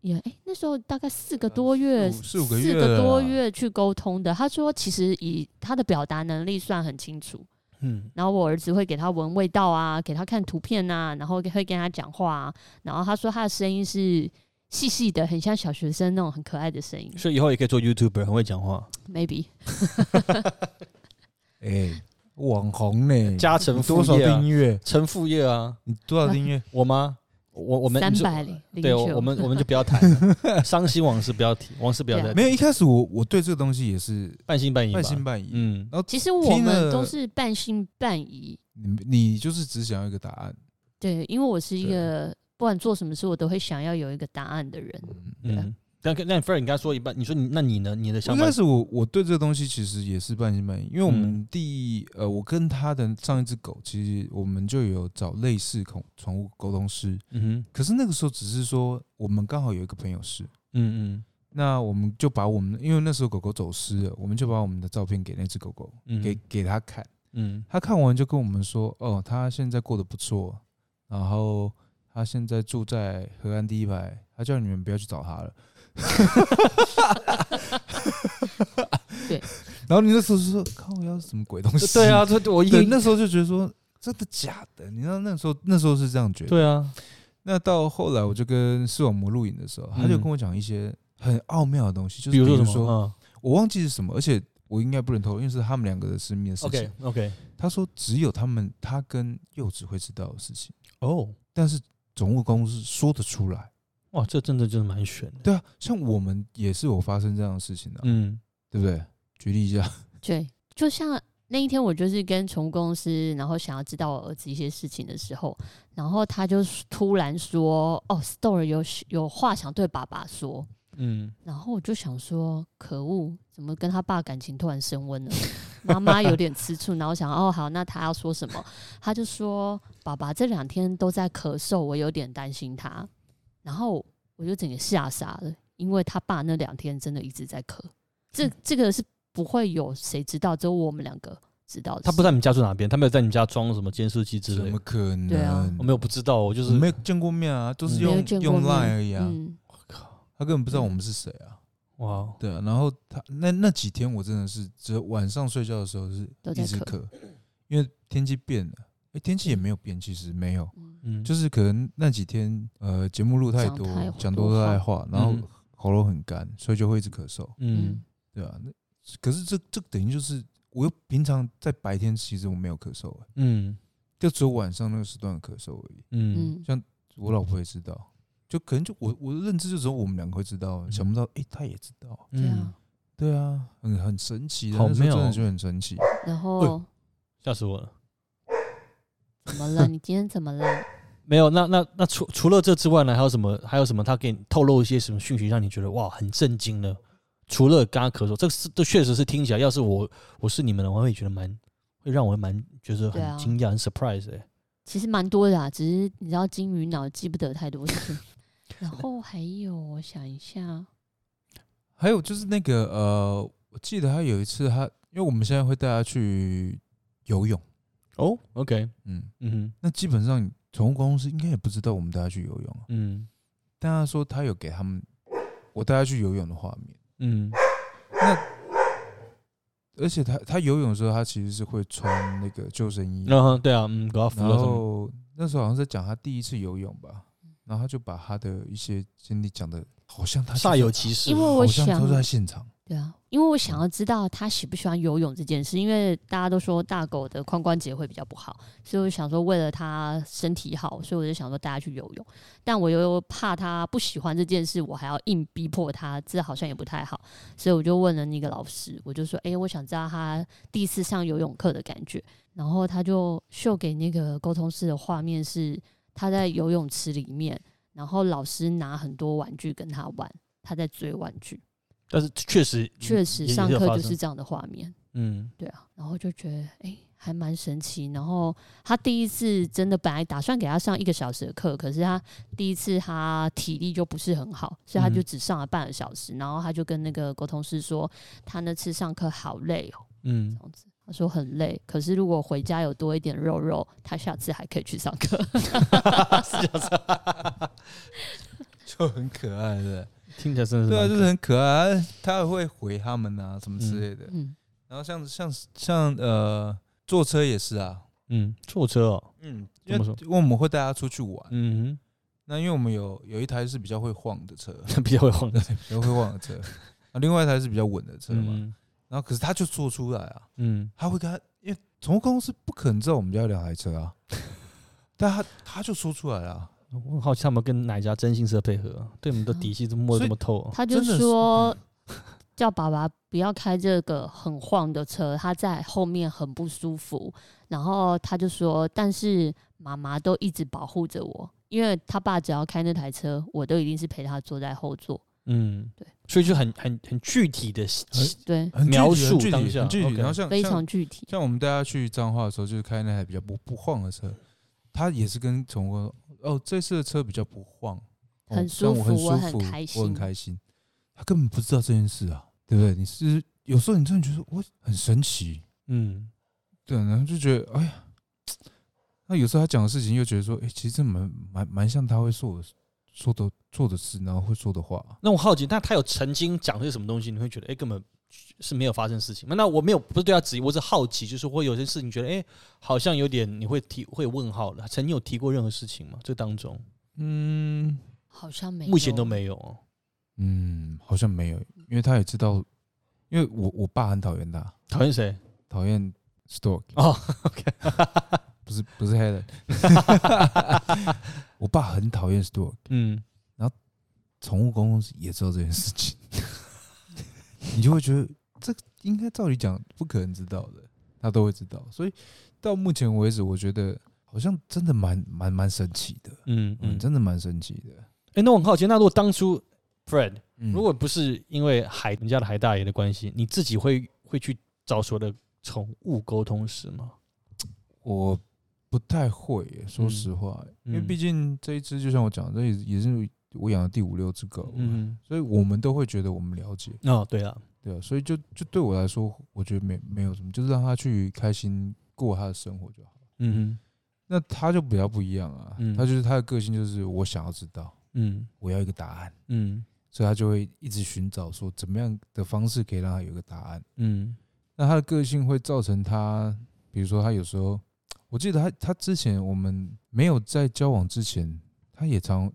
[SPEAKER 4] 也哎、那时候大概四个多月，
[SPEAKER 3] 呃四五四五个月
[SPEAKER 4] 四个多
[SPEAKER 3] 了啦
[SPEAKER 4] 月去沟通的。他说其实以他的表达能力算很清楚，
[SPEAKER 2] 嗯
[SPEAKER 4] 然后我儿子会给他闻味道啊，给他看图片啊，然后会跟他讲话啊，然后他说他的声音是。细细的，很像小学生那种很可爱的声音
[SPEAKER 2] 所以以后也可以做 YouTuber，很会讲话，
[SPEAKER 4] ，maybe
[SPEAKER 3] 哎、网红呢？
[SPEAKER 2] 加成啊
[SPEAKER 3] 你多少订阅？
[SPEAKER 2] 成副业啊？
[SPEAKER 3] 你多 少订阅？
[SPEAKER 2] 我吗？我我们
[SPEAKER 4] 三
[SPEAKER 2] 你说
[SPEAKER 4] 百零零
[SPEAKER 2] 对，我
[SPEAKER 4] 九
[SPEAKER 2] 我们我们就不要谈 了伤心往事，不要提，往事不要
[SPEAKER 4] 对
[SPEAKER 2] 再
[SPEAKER 4] 啊
[SPEAKER 2] 提
[SPEAKER 3] 没有，一开始我我对这个东西也是
[SPEAKER 2] 半信半疑吧，
[SPEAKER 3] 半信半疑。
[SPEAKER 2] 嗯
[SPEAKER 4] 其实我
[SPEAKER 3] 听了
[SPEAKER 4] 们都是半信半疑，
[SPEAKER 3] 你你就是只想要一个答案。
[SPEAKER 4] 对，因为我是一
[SPEAKER 3] 对
[SPEAKER 4] 个不管做什么事，我都会想要有一个答案的人。对啊
[SPEAKER 2] 嗯。但那 f r 你刚才说一半，你说你那你呢？你的
[SPEAKER 3] 一
[SPEAKER 2] 想法
[SPEAKER 3] 开？始我我对这个东西其实也是半信半疑，因为我们第、呃，我跟他的上一只狗，其实我们就有找类似宠宠物沟通师，
[SPEAKER 2] 嗯哼，
[SPEAKER 3] 可是那个时候只是说我们刚好有一个朋友是，
[SPEAKER 2] 嗯
[SPEAKER 3] 那我们就把我们因为那时候狗狗走失了，我们就把我们的照片给那只狗狗，
[SPEAKER 2] 嗯，
[SPEAKER 3] 给给他看，
[SPEAKER 2] 嗯
[SPEAKER 3] 他看完就跟我们说，哦，他现在过得不错，然后他现在住在河岸第一排，他叫你们不要去找他了。
[SPEAKER 4] 对，
[SPEAKER 3] 然后你那时候就说，靠，我要什么鬼东西？
[SPEAKER 2] 对啊，，这我一
[SPEAKER 3] 对，那时候就觉得说，真的假的？你知道那时候那时候是这样觉得。
[SPEAKER 2] 对啊，
[SPEAKER 3] 那到后来，我就跟视网膜录影的时候，他就跟我讲一些很奥妙的东西，就
[SPEAKER 2] 嗯
[SPEAKER 3] 是
[SPEAKER 2] 比如说
[SPEAKER 3] 说
[SPEAKER 2] 什么啊嗯
[SPEAKER 3] 我忘记是什么，而且我应该不能透露，因为是他们两个的私密的事情
[SPEAKER 2] ？OK。OK，
[SPEAKER 3] 他说只有他们他跟柚子会知道的事情，
[SPEAKER 2] 哦，
[SPEAKER 3] 但是总务公司说得出来。
[SPEAKER 2] 哇，这真的就是蛮悬的。
[SPEAKER 3] 对啊，像我们也是有发生这样的事情的、啊
[SPEAKER 2] 嗯，
[SPEAKER 3] 对不对？举例一下，
[SPEAKER 4] 对，就像那一天我就是跟宠物公司，然后想要知道我儿子一些事情的时候，然后他就突然说：“哦，Store 有有话想对爸爸说。”
[SPEAKER 2] 嗯，
[SPEAKER 4] 然后我就想说，可恶，怎么跟他爸感情突然升温了？妈妈有点吃醋，然后想，哦，好，那他要说什么？他就说，爸爸这两天都在咳嗽，我有点担心他。然后我就整个吓傻了，因为他爸那两天真的一直在咳，这这个是不会有谁知道，只有我们两个知道的事。
[SPEAKER 2] 他不知道你们家住哪边，他没有在你们家装什么监视器之
[SPEAKER 3] 怎
[SPEAKER 2] 类
[SPEAKER 3] 么
[SPEAKER 2] 的。
[SPEAKER 3] 可能？
[SPEAKER 4] 对啊
[SPEAKER 2] 我没有不知道，我就
[SPEAKER 3] 我
[SPEAKER 2] 是
[SPEAKER 3] 们没有见过面啊，都
[SPEAKER 2] 嗯
[SPEAKER 3] 是
[SPEAKER 4] 没有
[SPEAKER 3] 用
[SPEAKER 4] 见过
[SPEAKER 3] 用
[SPEAKER 4] 面
[SPEAKER 3] Line 而已啊，
[SPEAKER 4] 嗯，
[SPEAKER 3] 他根本不知道我们是谁啊。
[SPEAKER 2] 嗯哇，哦
[SPEAKER 3] 对啊，然后他那那几天我真的是，只有晚上睡觉的时候是
[SPEAKER 4] 都在
[SPEAKER 3] 一直
[SPEAKER 4] 咳
[SPEAKER 3] 咳，因为天气变了，诶天气也没有变，其实没有，
[SPEAKER 4] 嗯
[SPEAKER 2] 嗯，
[SPEAKER 3] 就是可能那几天呃节目录太
[SPEAKER 4] 讲
[SPEAKER 3] 多
[SPEAKER 4] 太，
[SPEAKER 3] 讲
[SPEAKER 4] 多
[SPEAKER 3] 多太话，然后
[SPEAKER 2] 嗯
[SPEAKER 3] 喉咙很干，所以就会一直咳嗽，
[SPEAKER 2] 嗯，
[SPEAKER 3] 对啊，那可是这这等于就是我又平常在白天其实我没有咳嗽、欸，
[SPEAKER 2] 嗯
[SPEAKER 3] 就只有晚上那个时段咳嗽而已。
[SPEAKER 2] 嗯
[SPEAKER 4] 嗯，
[SPEAKER 3] 我老婆也知道，就可能就我我的认知就只有我们两个会知道，
[SPEAKER 2] 嗯
[SPEAKER 3] 想不到诶，她也知道，
[SPEAKER 4] 对
[SPEAKER 2] 嗯
[SPEAKER 4] 啊，，
[SPEAKER 3] 对啊，很很神奇的，
[SPEAKER 2] 好
[SPEAKER 3] 那时候
[SPEAKER 2] 妙
[SPEAKER 3] 真
[SPEAKER 2] 哦
[SPEAKER 3] 的就很神奇。
[SPEAKER 4] 然后
[SPEAKER 2] 吓死我了。
[SPEAKER 4] 怎么了？你今天怎么了？
[SPEAKER 2] 没有，那那那除除了这之外呢，还有什么？还有什么？他给你透露一些什么讯息，让你觉得哇很震惊呢？除了刚刚咳嗽，这个是这确实是听起来，要是我我是你们的，我会觉得蛮会让我蛮觉得
[SPEAKER 4] 对
[SPEAKER 2] 很
[SPEAKER 4] 啊
[SPEAKER 2] 惊讶、很 surprise 哎、
[SPEAKER 4] 其实蛮多的啊，只是你知道金鱼脑记不得太多事情。 然后还有，我想一下，
[SPEAKER 3] 还有就是那个呃，我记得他有一次他，因为我们现在会带他去游泳，
[SPEAKER 2] 哦，OK，
[SPEAKER 3] 嗯，
[SPEAKER 2] 嗯哼，
[SPEAKER 3] 那基本上宠物公司应该也不知道我们带他去游泳啊，
[SPEAKER 2] 嗯
[SPEAKER 3] 但他说他有给他们我带他去游泳的画面，
[SPEAKER 2] 嗯
[SPEAKER 3] 而且他他游泳的时候，他其实是会穿那个救生衣，
[SPEAKER 2] 嗯哼，对啊，嗯，搞到服
[SPEAKER 3] 然
[SPEAKER 2] 了什么？
[SPEAKER 3] 后那时候好像在讲他第一次游泳吧，然后他就把他的一些经历讲的，好像他
[SPEAKER 2] 煞有其事
[SPEAKER 4] 因，为我
[SPEAKER 3] 好像
[SPEAKER 4] 想
[SPEAKER 3] 都，在现场，
[SPEAKER 4] 对啊，因为我想要知道他喜不喜欢游泳这件事，因为大家都说大狗的髋关节会比较不好，所以我想说为了他身体好，所以我就想说带他去游泳，但我又怕他不喜欢这件事，我还要硬逼迫他，这好像也不太好，所以我就问了那个老师，我就说，诶，我想知道他第一次上游泳课的感觉，然后他就秀给那个沟通室的画面是他在游泳池里面，然后老师拿很多玩具跟他玩，他在追玩具。
[SPEAKER 2] 但是确实
[SPEAKER 4] 确
[SPEAKER 2] 也
[SPEAKER 4] 实
[SPEAKER 2] 嗯也
[SPEAKER 4] 上
[SPEAKER 2] 有
[SPEAKER 4] 课
[SPEAKER 2] 发
[SPEAKER 4] 就
[SPEAKER 2] 生
[SPEAKER 4] 是这样的画面，
[SPEAKER 2] 嗯
[SPEAKER 4] 对啊，然后就觉得哎、诶还蛮神奇。然后他第一次真的本来打算给他上一个小时的课，可是他第一次他体力就不是很好，所以他就
[SPEAKER 2] 嗯
[SPEAKER 4] 只上了半个小时。然后他就跟那个沟通师说，他那次上课好累哦，
[SPEAKER 2] 嗯
[SPEAKER 4] 这，样子。他说很累，可是如果回家有多一点肉肉，他下次还可以去上课。
[SPEAKER 2] 嗯啊
[SPEAKER 3] 就很可爱的，
[SPEAKER 2] 听起来真的是
[SPEAKER 3] 对啊，
[SPEAKER 2] 蛮
[SPEAKER 3] 就是很可爱，他也会回他们啊什么之
[SPEAKER 2] 嗯
[SPEAKER 3] 类的。
[SPEAKER 4] 嗯，
[SPEAKER 3] 然后像像像呃，坐车也是啊，
[SPEAKER 2] 嗯坐车哦，
[SPEAKER 3] 嗯，因
[SPEAKER 2] 怎么
[SPEAKER 3] 为
[SPEAKER 2] 说
[SPEAKER 3] 因为我们会带他出去玩，
[SPEAKER 2] 嗯
[SPEAKER 3] 那因为我们有有一台是比较会晃的车，
[SPEAKER 2] 哼， 比较会晃的车
[SPEAKER 3] 比较会晃的车，啊，另外一台是比较稳的车嘛。
[SPEAKER 2] 嗯
[SPEAKER 3] 然后可是他就坐出来啊，
[SPEAKER 2] 嗯
[SPEAKER 3] 他会跟他，因为宠物公司不可能知道我们家有两台车啊，但他他就说出来了啊，
[SPEAKER 2] 我很好奇他们跟哪一家征信社配合啊、对你们的底细都摸得这么透啊、
[SPEAKER 4] 他就
[SPEAKER 3] 哦真的是嗯
[SPEAKER 4] 说 叫爸爸不要开这个很晃的车，他在后面很不舒服。然后他就说，但是妈妈都一直保护着我，因为他爸只要开那台车，我都一定是陪他坐在后座。
[SPEAKER 2] 嗯，
[SPEAKER 4] 对，
[SPEAKER 2] 所以就很很很具体的，
[SPEAKER 4] 对，
[SPEAKER 3] 很具体
[SPEAKER 2] 描述
[SPEAKER 3] 很具体
[SPEAKER 2] 当下
[SPEAKER 3] 很具体。
[SPEAKER 2] OK
[SPEAKER 3] 然后像
[SPEAKER 4] 非
[SPEAKER 3] 像
[SPEAKER 4] 常具体。
[SPEAKER 3] 像我们带他去彰化的时候，就是开那台比较不不晃的车，他也是跟宠物公司说哦，这次的车比较不晃，哦
[SPEAKER 4] 很
[SPEAKER 3] 让我
[SPEAKER 4] 舒服我
[SPEAKER 3] 舒
[SPEAKER 4] 很
[SPEAKER 3] 服，
[SPEAKER 4] 开
[SPEAKER 3] 我很
[SPEAKER 4] 心
[SPEAKER 3] 开心。他根本不知道这件事啊，对不对？你是有时候你真的觉得我很神奇，
[SPEAKER 2] 嗯
[SPEAKER 3] 对，然后就觉得哎呀，那有时候他讲的事情又觉得说，哎、其实这蛮蛮蛮像他会做的说的做的事，然后会说的话。啊
[SPEAKER 2] 那我好奇，那他有曾经讲些什么东西，你会觉得哎、诶根本是没有发生事情？那我没有不是对他质疑，我只是好奇，就是会有些事情觉得哎、诶好像有点你会提会有问号了。曾经有提过任何事情吗？这当中
[SPEAKER 3] 嗯，
[SPEAKER 4] 好像没有，
[SPEAKER 2] 目前都没有哦。
[SPEAKER 3] 嗯，好像没有，因为他也知道，因为我我爸很讨厌他，
[SPEAKER 2] 讨厌谁？
[SPEAKER 3] 讨厌 Stork，
[SPEAKER 2] 哦，OK，
[SPEAKER 3] 不是不是 Helen，我爸很讨厌 Stork，
[SPEAKER 2] 嗯，
[SPEAKER 3] 宠物公司也知道这件事情， 你就会觉得这个应该照理讲不可能知道的，他都会知道。所以到目前为止，我觉得好像真的蛮蛮蛮神奇的，
[SPEAKER 2] 嗯
[SPEAKER 3] 嗯，
[SPEAKER 2] 嗯，
[SPEAKER 3] 真的蛮神奇的。
[SPEAKER 2] 哎、那我很好奇，那如果当初 Fred
[SPEAKER 3] 嗯
[SPEAKER 2] 如果不是因为海人家的海大爷的关系，你自己会会去找所谓的宠物沟通师吗？
[SPEAKER 3] 我不太会耶、说实话、因为
[SPEAKER 2] 嗯
[SPEAKER 3] 毕竟这一只就像我讲的，这也也是我养的第五六只狗，
[SPEAKER 2] 嗯，
[SPEAKER 3] 所以我们都会觉得我们了解，
[SPEAKER 2] 哦，对了，
[SPEAKER 3] 对啊，所以就就对我来说，我觉得没没有什么，就是让它去开心过它的生活就好。
[SPEAKER 2] 嗯
[SPEAKER 3] 那他就比较不一样啊，
[SPEAKER 2] 嗯
[SPEAKER 3] 他就是他的个性就是我想要知道，
[SPEAKER 2] 哼，嗯
[SPEAKER 3] 我要一个答案，
[SPEAKER 2] 嗯
[SPEAKER 3] 所以他就会一直寻找说怎么样的方式可以让他有一个答案。
[SPEAKER 2] 嗯
[SPEAKER 3] 那他的个性会造成他，比如说他有时候，我记得他他之前我们没有在交往之前，他也常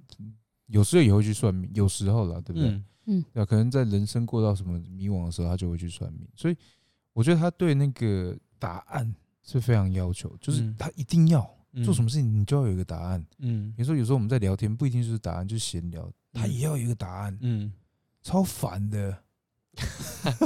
[SPEAKER 3] 有时候也会去算命，有时候啦，对不对？
[SPEAKER 2] 嗯
[SPEAKER 3] 那可能在人生过到什么迷惘的时候，他就会去算命。所以我觉得他对那个答案是非常要求，就是
[SPEAKER 2] 嗯
[SPEAKER 3] 他一定要
[SPEAKER 2] 嗯
[SPEAKER 3] 做什么？事情，你就要有一个答案。
[SPEAKER 2] 嗯
[SPEAKER 3] 比如说，有时候我们在聊天，不一定就是答案，就是闲聊，他也要有一个答案，
[SPEAKER 2] 嗯，
[SPEAKER 3] 超烦的。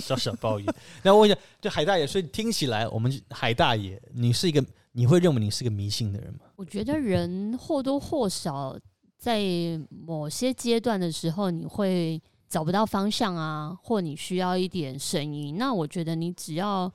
[SPEAKER 2] 小小抱怨。那我问一下，就海大爷，所以听起来，我们海大爷，你是一个，你会认为你是个迷信的人吗？
[SPEAKER 4] 我觉得人或多或少在某些阶段的时候，你会找不到方向啊，或你需要一点声音。那我觉得你只要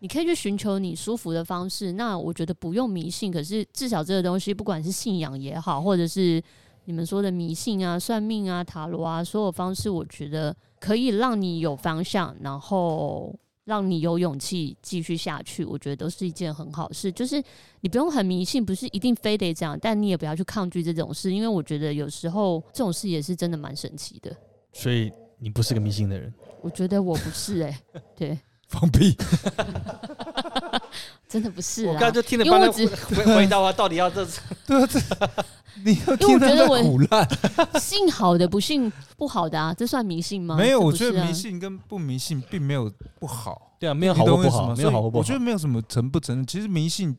[SPEAKER 4] 你可以去寻求你舒服的方式。那我觉得不用迷信，可是至少这个东西，不管是信仰也好，或者是你们说的迷信啊、算命啊、塔罗啊，所有方式，我觉得可以让你有方向，然后让你有勇气继续下去。我觉得都是一件很好的事，就是你不用很迷信，不是一定非得这样，但你也不要去抗拒这种事，因为我觉得有时候这种事也是真的蛮神奇的。
[SPEAKER 2] 所以你不是个迷信的人。
[SPEAKER 4] 我觉得我不是哎、对，
[SPEAKER 3] 放屁！
[SPEAKER 4] 真的不是
[SPEAKER 2] 我刚才。
[SPEAKER 4] 啊
[SPEAKER 2] 就听了
[SPEAKER 4] 因为
[SPEAKER 2] 半
[SPEAKER 4] 我
[SPEAKER 2] 天
[SPEAKER 4] 只
[SPEAKER 2] 回回答完，到底要这
[SPEAKER 3] 对啊，这你
[SPEAKER 4] 因
[SPEAKER 3] 要
[SPEAKER 4] 为
[SPEAKER 3] 听
[SPEAKER 4] 我觉
[SPEAKER 3] 他
[SPEAKER 4] 得
[SPEAKER 3] 在
[SPEAKER 4] 我
[SPEAKER 3] 胡乱。
[SPEAKER 4] 信好的不信不好的啊，这算迷信吗？
[SPEAKER 3] 没有，
[SPEAKER 4] 这
[SPEAKER 3] 我
[SPEAKER 4] 不是
[SPEAKER 3] 觉 得
[SPEAKER 4] 啊
[SPEAKER 3] 迷信跟不迷信并没有不好，
[SPEAKER 2] 对啊，没有
[SPEAKER 3] 你
[SPEAKER 2] 好或
[SPEAKER 3] 懂我
[SPEAKER 2] 不
[SPEAKER 3] 意思
[SPEAKER 2] 好，
[SPEAKER 3] 吗
[SPEAKER 2] 没有
[SPEAKER 3] 所以
[SPEAKER 2] 好或不
[SPEAKER 3] 我
[SPEAKER 2] 好
[SPEAKER 3] 觉。得没有什么承不承认。其实迷信，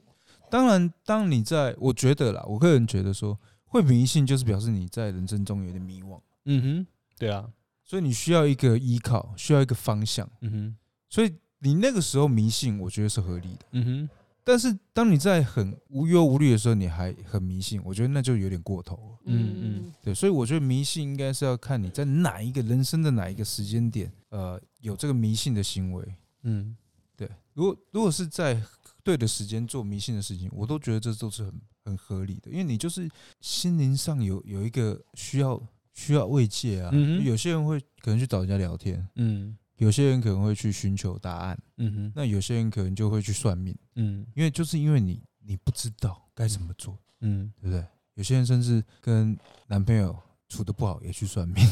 [SPEAKER 3] 当然，当你在，我觉得啦，我个人觉得说，会迷信就是表示你在人生中有点迷惘，
[SPEAKER 2] 嗯哼，对啊，
[SPEAKER 3] 所以你需要一个依靠，需要一个方向，
[SPEAKER 2] 嗯哼，
[SPEAKER 3] 所以你那个时候迷信，我觉得是合理的。
[SPEAKER 2] 嗯哼，
[SPEAKER 3] 但是当你在很无忧无虑的时候，你还很迷信，我觉得那就有点过头了。
[SPEAKER 2] 嗯嗯
[SPEAKER 4] 嗯，
[SPEAKER 3] 对，所以我觉得迷信应该是要看你在哪一个人生的哪一个时间点，呃，有这个迷信的行为。
[SPEAKER 2] 嗯。
[SPEAKER 3] 对，如果如果是在对的时间做迷信的事情，我都觉得这都是很很合理的，因为你就是心灵上有有一个需要需要慰藉啊。
[SPEAKER 2] 嗯哼
[SPEAKER 3] 有些人会可能去找人家聊天，
[SPEAKER 2] 嗯
[SPEAKER 3] 有些人可能会去寻求答案，
[SPEAKER 2] 嗯哼，
[SPEAKER 3] 那有些人可能就会去算命。
[SPEAKER 2] 嗯
[SPEAKER 3] 因为就是因为你你不知道该怎么做，
[SPEAKER 2] 嗯，
[SPEAKER 3] 对不对？有些人甚至跟男朋友处的不好也去算命，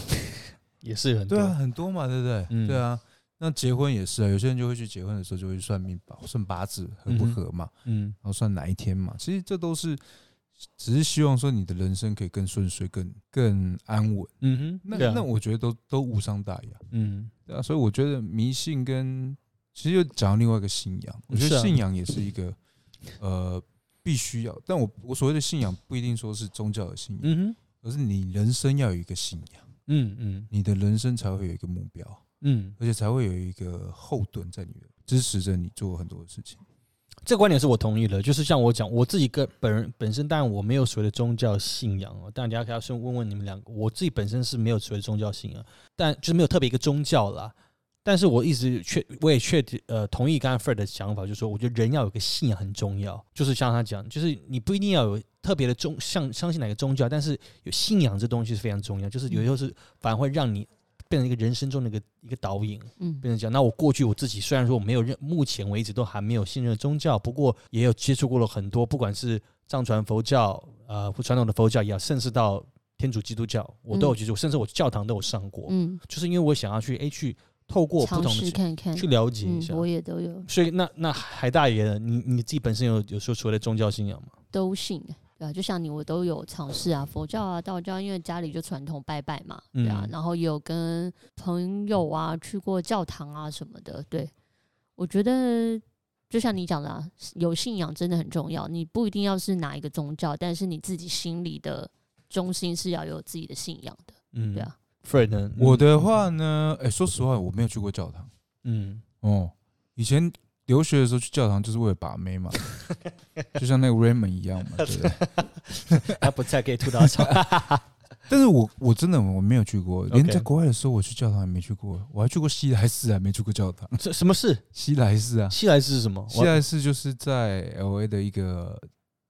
[SPEAKER 2] 也是有很多。
[SPEAKER 3] 对啊，很多嘛，对不对？
[SPEAKER 2] 嗯
[SPEAKER 3] 对啊，那结婚也是啊，有些人就会去结婚的时候就会去算命吧，算八字合不合嘛，
[SPEAKER 2] 嗯
[SPEAKER 3] 然后算哪一天嘛。其实这都是只是希望说你的人生可以更顺遂、更更安稳。
[SPEAKER 2] 嗯
[SPEAKER 3] 那、
[SPEAKER 2] 哼，对啊
[SPEAKER 3] 那我觉得都都无伤大雅，
[SPEAKER 2] 嗯
[SPEAKER 3] 对啊。所以我觉得迷信跟其实又讲到另外一个信仰，我觉
[SPEAKER 2] 是
[SPEAKER 3] 得
[SPEAKER 2] 啊
[SPEAKER 3] 信仰也是一个呃必须要，但我我所谓的信仰不一定说是宗教的信仰，
[SPEAKER 2] 嗯哼，
[SPEAKER 3] 而是你人生要有一个信仰，
[SPEAKER 2] 嗯嗯
[SPEAKER 3] 你的人生才会有一个目标，
[SPEAKER 2] 嗯，
[SPEAKER 3] 而且才会有一个后盾在你的支持着你做很多的事情。
[SPEAKER 2] 这个观点是我同意的。就是像我讲，我自己个本人本身，当然我没有所谓的宗教信仰哦。当然，大家可以要先问问你们两个，我自己本身是没有所谓的宗教信仰，但就是没有特别一个宗教啦。但是我一直确，我也确呃同意刚才 Fred 的想法，就是说，我觉得人要有个信仰很重要。就是像他讲，就是你不一定要有特别的宗，像相信哪个宗教，但是有信仰这东西是非常重要。就是有时候是反而会让你变成一个人生中的一个一个导引。
[SPEAKER 4] 嗯
[SPEAKER 2] 变成讲，那我过去我自己虽然说我没有认，目前为止都还没有信任宗教，不过也有接触过了很多，不管是藏传佛教，呃，或传统的佛教也好，甚至到天主基督教，我都有
[SPEAKER 4] 嗯
[SPEAKER 2] 接触，甚至我教堂都有上过，
[SPEAKER 4] 嗯，
[SPEAKER 2] 就是因为我想要去，哎、去透过不
[SPEAKER 4] 尝
[SPEAKER 2] 同
[SPEAKER 4] 试
[SPEAKER 2] 的去
[SPEAKER 4] 看看，
[SPEAKER 2] 去了解一
[SPEAKER 4] 嗯
[SPEAKER 2] 下。，
[SPEAKER 4] 我也都有
[SPEAKER 2] 所以那那海大爷呢，你你自己本身有有说所谓的宗教信仰吗？
[SPEAKER 4] 都信，对啊，就像你我都有尝试啊，佛教啊、道教，因为家里就传统拜拜嘛，对啊，
[SPEAKER 2] 嗯
[SPEAKER 4] 然后也有跟朋友啊去过教堂啊什么的，对，我觉得就像你讲的、啊，有信仰真的很重要，你不一定要是哪一个宗教，但是你自己心里的中心是要有自己的信仰的，
[SPEAKER 2] 嗯
[SPEAKER 4] 对啊。
[SPEAKER 2] Fred 呢？
[SPEAKER 3] 我的话呢，哎、说实话，我没有去过教堂。
[SPEAKER 2] 嗯，
[SPEAKER 3] 哦，以前留学的时候去教堂就是为了把妹 嘛，就像那个 Raymond 一样 嘛，对不对？
[SPEAKER 2] 他不再可以吐到槽。
[SPEAKER 3] 但是我我真的我没有去过，连
[SPEAKER 2] OK
[SPEAKER 3] 在国外的时候我去教堂也没去过，我还去过西来寺，还没去过教堂。
[SPEAKER 2] 这 什么事？
[SPEAKER 3] 西来寺啊，
[SPEAKER 2] 西来寺是什么？
[SPEAKER 3] 西
[SPEAKER 2] 我
[SPEAKER 3] 来寺就是在 L A 的一个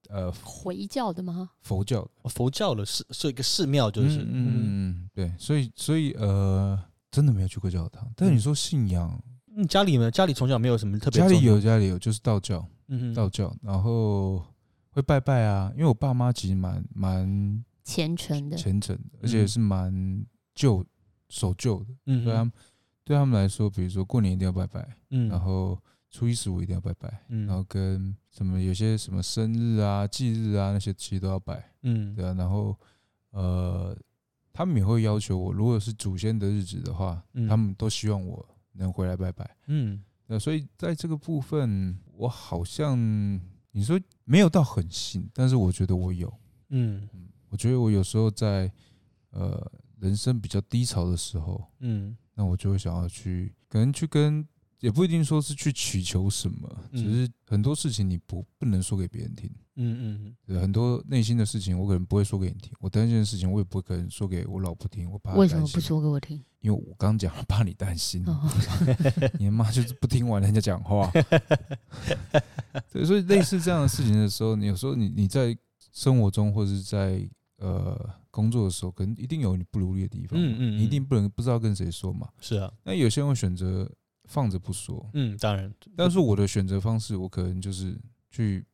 [SPEAKER 3] 呃
[SPEAKER 4] 回教的吗？
[SPEAKER 3] 佛教，
[SPEAKER 2] 佛教的寺是一个寺庙，就
[SPEAKER 3] 就是是嗯嗯嗯对，所以所以呃真的没有去过教堂。但是你说信仰，
[SPEAKER 2] 嗯家里呢？家里从小没有什么特别
[SPEAKER 3] 家
[SPEAKER 2] 宗教，
[SPEAKER 3] 里有家里有就是道教，
[SPEAKER 2] 嗯
[SPEAKER 3] 道
[SPEAKER 2] 嗯
[SPEAKER 3] 教，然后会拜拜啊，因为我爸妈其实蛮蛮
[SPEAKER 4] 虔诚的，
[SPEAKER 3] 虔诚的，而且是蛮旧守旧的。
[SPEAKER 2] 嗯
[SPEAKER 3] 对他们对他们来说，比如说过年一定要拜拜，
[SPEAKER 2] 嗯
[SPEAKER 3] 然后初一十五一定要拜拜，然
[SPEAKER 2] 嗯
[SPEAKER 3] 后跟什么有些什么生日啊、忌日啊那些其实都要拜，
[SPEAKER 2] 嗯
[SPEAKER 3] 对啊。然后呃，他们也会要求我，如果是祖先的日子的话，
[SPEAKER 2] 嗯
[SPEAKER 3] 他们都希望我能回来拜拜。
[SPEAKER 2] 嗯
[SPEAKER 3] 那所以在这个部分，我好像你说没有到很信，但是我觉得我有。
[SPEAKER 2] 嗯
[SPEAKER 3] 我觉得我有时候在呃人生比较低潮的时候，
[SPEAKER 2] 嗯
[SPEAKER 3] 那我就会想要去，可能去跟，也不一定说是去祈求什么，
[SPEAKER 2] 嗯
[SPEAKER 3] 只是很多事情你不不能说给别人听，
[SPEAKER 2] 嗯
[SPEAKER 3] 对很多内心的事情我可能不会说给你听，我担心的事情我也不可能说给我老婆听，我怕她
[SPEAKER 4] 为什么
[SPEAKER 3] 担
[SPEAKER 4] 不
[SPEAKER 3] 心？
[SPEAKER 4] 说给我听？
[SPEAKER 3] 因为我刚讲了怕你担心，
[SPEAKER 4] 哦，
[SPEAKER 3] 你的妈就是不听完人家讲话。 对，所以类似这样的事情的时候，你有时候你你在生活中或者是在呃工作的时候，可能一定有你不如意的地方嘛，
[SPEAKER 2] 嗯嗯嗯
[SPEAKER 3] 啊你一定不能不知道跟谁说嘛。
[SPEAKER 2] 是啊，
[SPEAKER 3] 那有些人会选择放着不说，
[SPEAKER 2] 嗯，当然，
[SPEAKER 3] 但是我的选择方式，我可能就是去。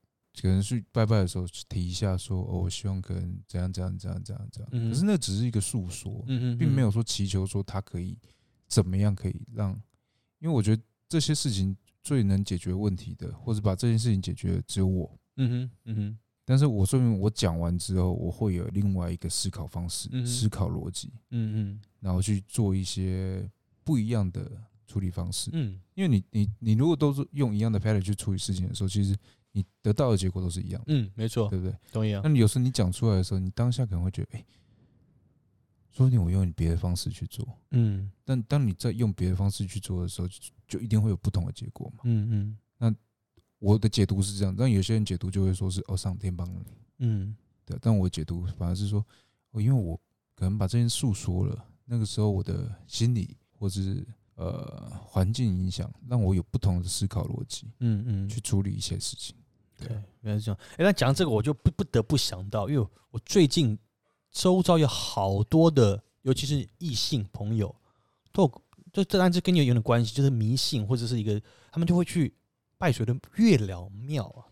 [SPEAKER 3] 可能去拜拜的时候去提一下说，哦，我希望可能怎样怎样怎样怎样怎样。
[SPEAKER 2] 嗯
[SPEAKER 3] 可是那只是一个诉说，
[SPEAKER 2] 嗯嗯，
[SPEAKER 3] 并没有说祈求说他可以怎么样可以让，因为我觉得这些事情最能解决问题的，或者把这件事情解决的只有我。
[SPEAKER 2] 嗯哼，嗯哼，
[SPEAKER 3] 但是我说明我讲完之后，我会有另外一个思考方式、
[SPEAKER 2] 嗯哼
[SPEAKER 3] 思考逻辑，
[SPEAKER 2] 嗯
[SPEAKER 3] 然后去做一些不一样的处理方式
[SPEAKER 2] 嗯。嗯
[SPEAKER 3] 因为你你你如果都是用一样的 pattern 去处理事情的时候，其实你得到的结果都是一样的，
[SPEAKER 2] 嗯，没错，
[SPEAKER 3] 对不对？
[SPEAKER 2] 同意啊
[SPEAKER 3] 那，你有时候你讲出来的时候，你当下可能会觉得，哎、说不定我用别的方式去做，
[SPEAKER 2] 嗯
[SPEAKER 3] 但当你在用别的方式去做的时候，就就一定会有不同的结果嘛。
[SPEAKER 2] 嗯嗯
[SPEAKER 3] 我的解读是这样，但有些人解读就会说是哦，上天帮了你，
[SPEAKER 2] 嗯
[SPEAKER 3] 对啊。但我解读反而是说，哦，因为我可能把这件事诉说了，那个时候我的心理或是呃环境影响，让我有不同的思考逻辑
[SPEAKER 2] 嗯嗯，
[SPEAKER 3] 去处理一些事情。
[SPEAKER 2] 对，原来是这样。哎，那讲这个，我就不不得不想到，因为我最近周遭有好多的，尤其是异性朋友，都有就这当然这跟你有点关系，就是迷信或者是一个，他们就会去拜所谓的月老庙啊。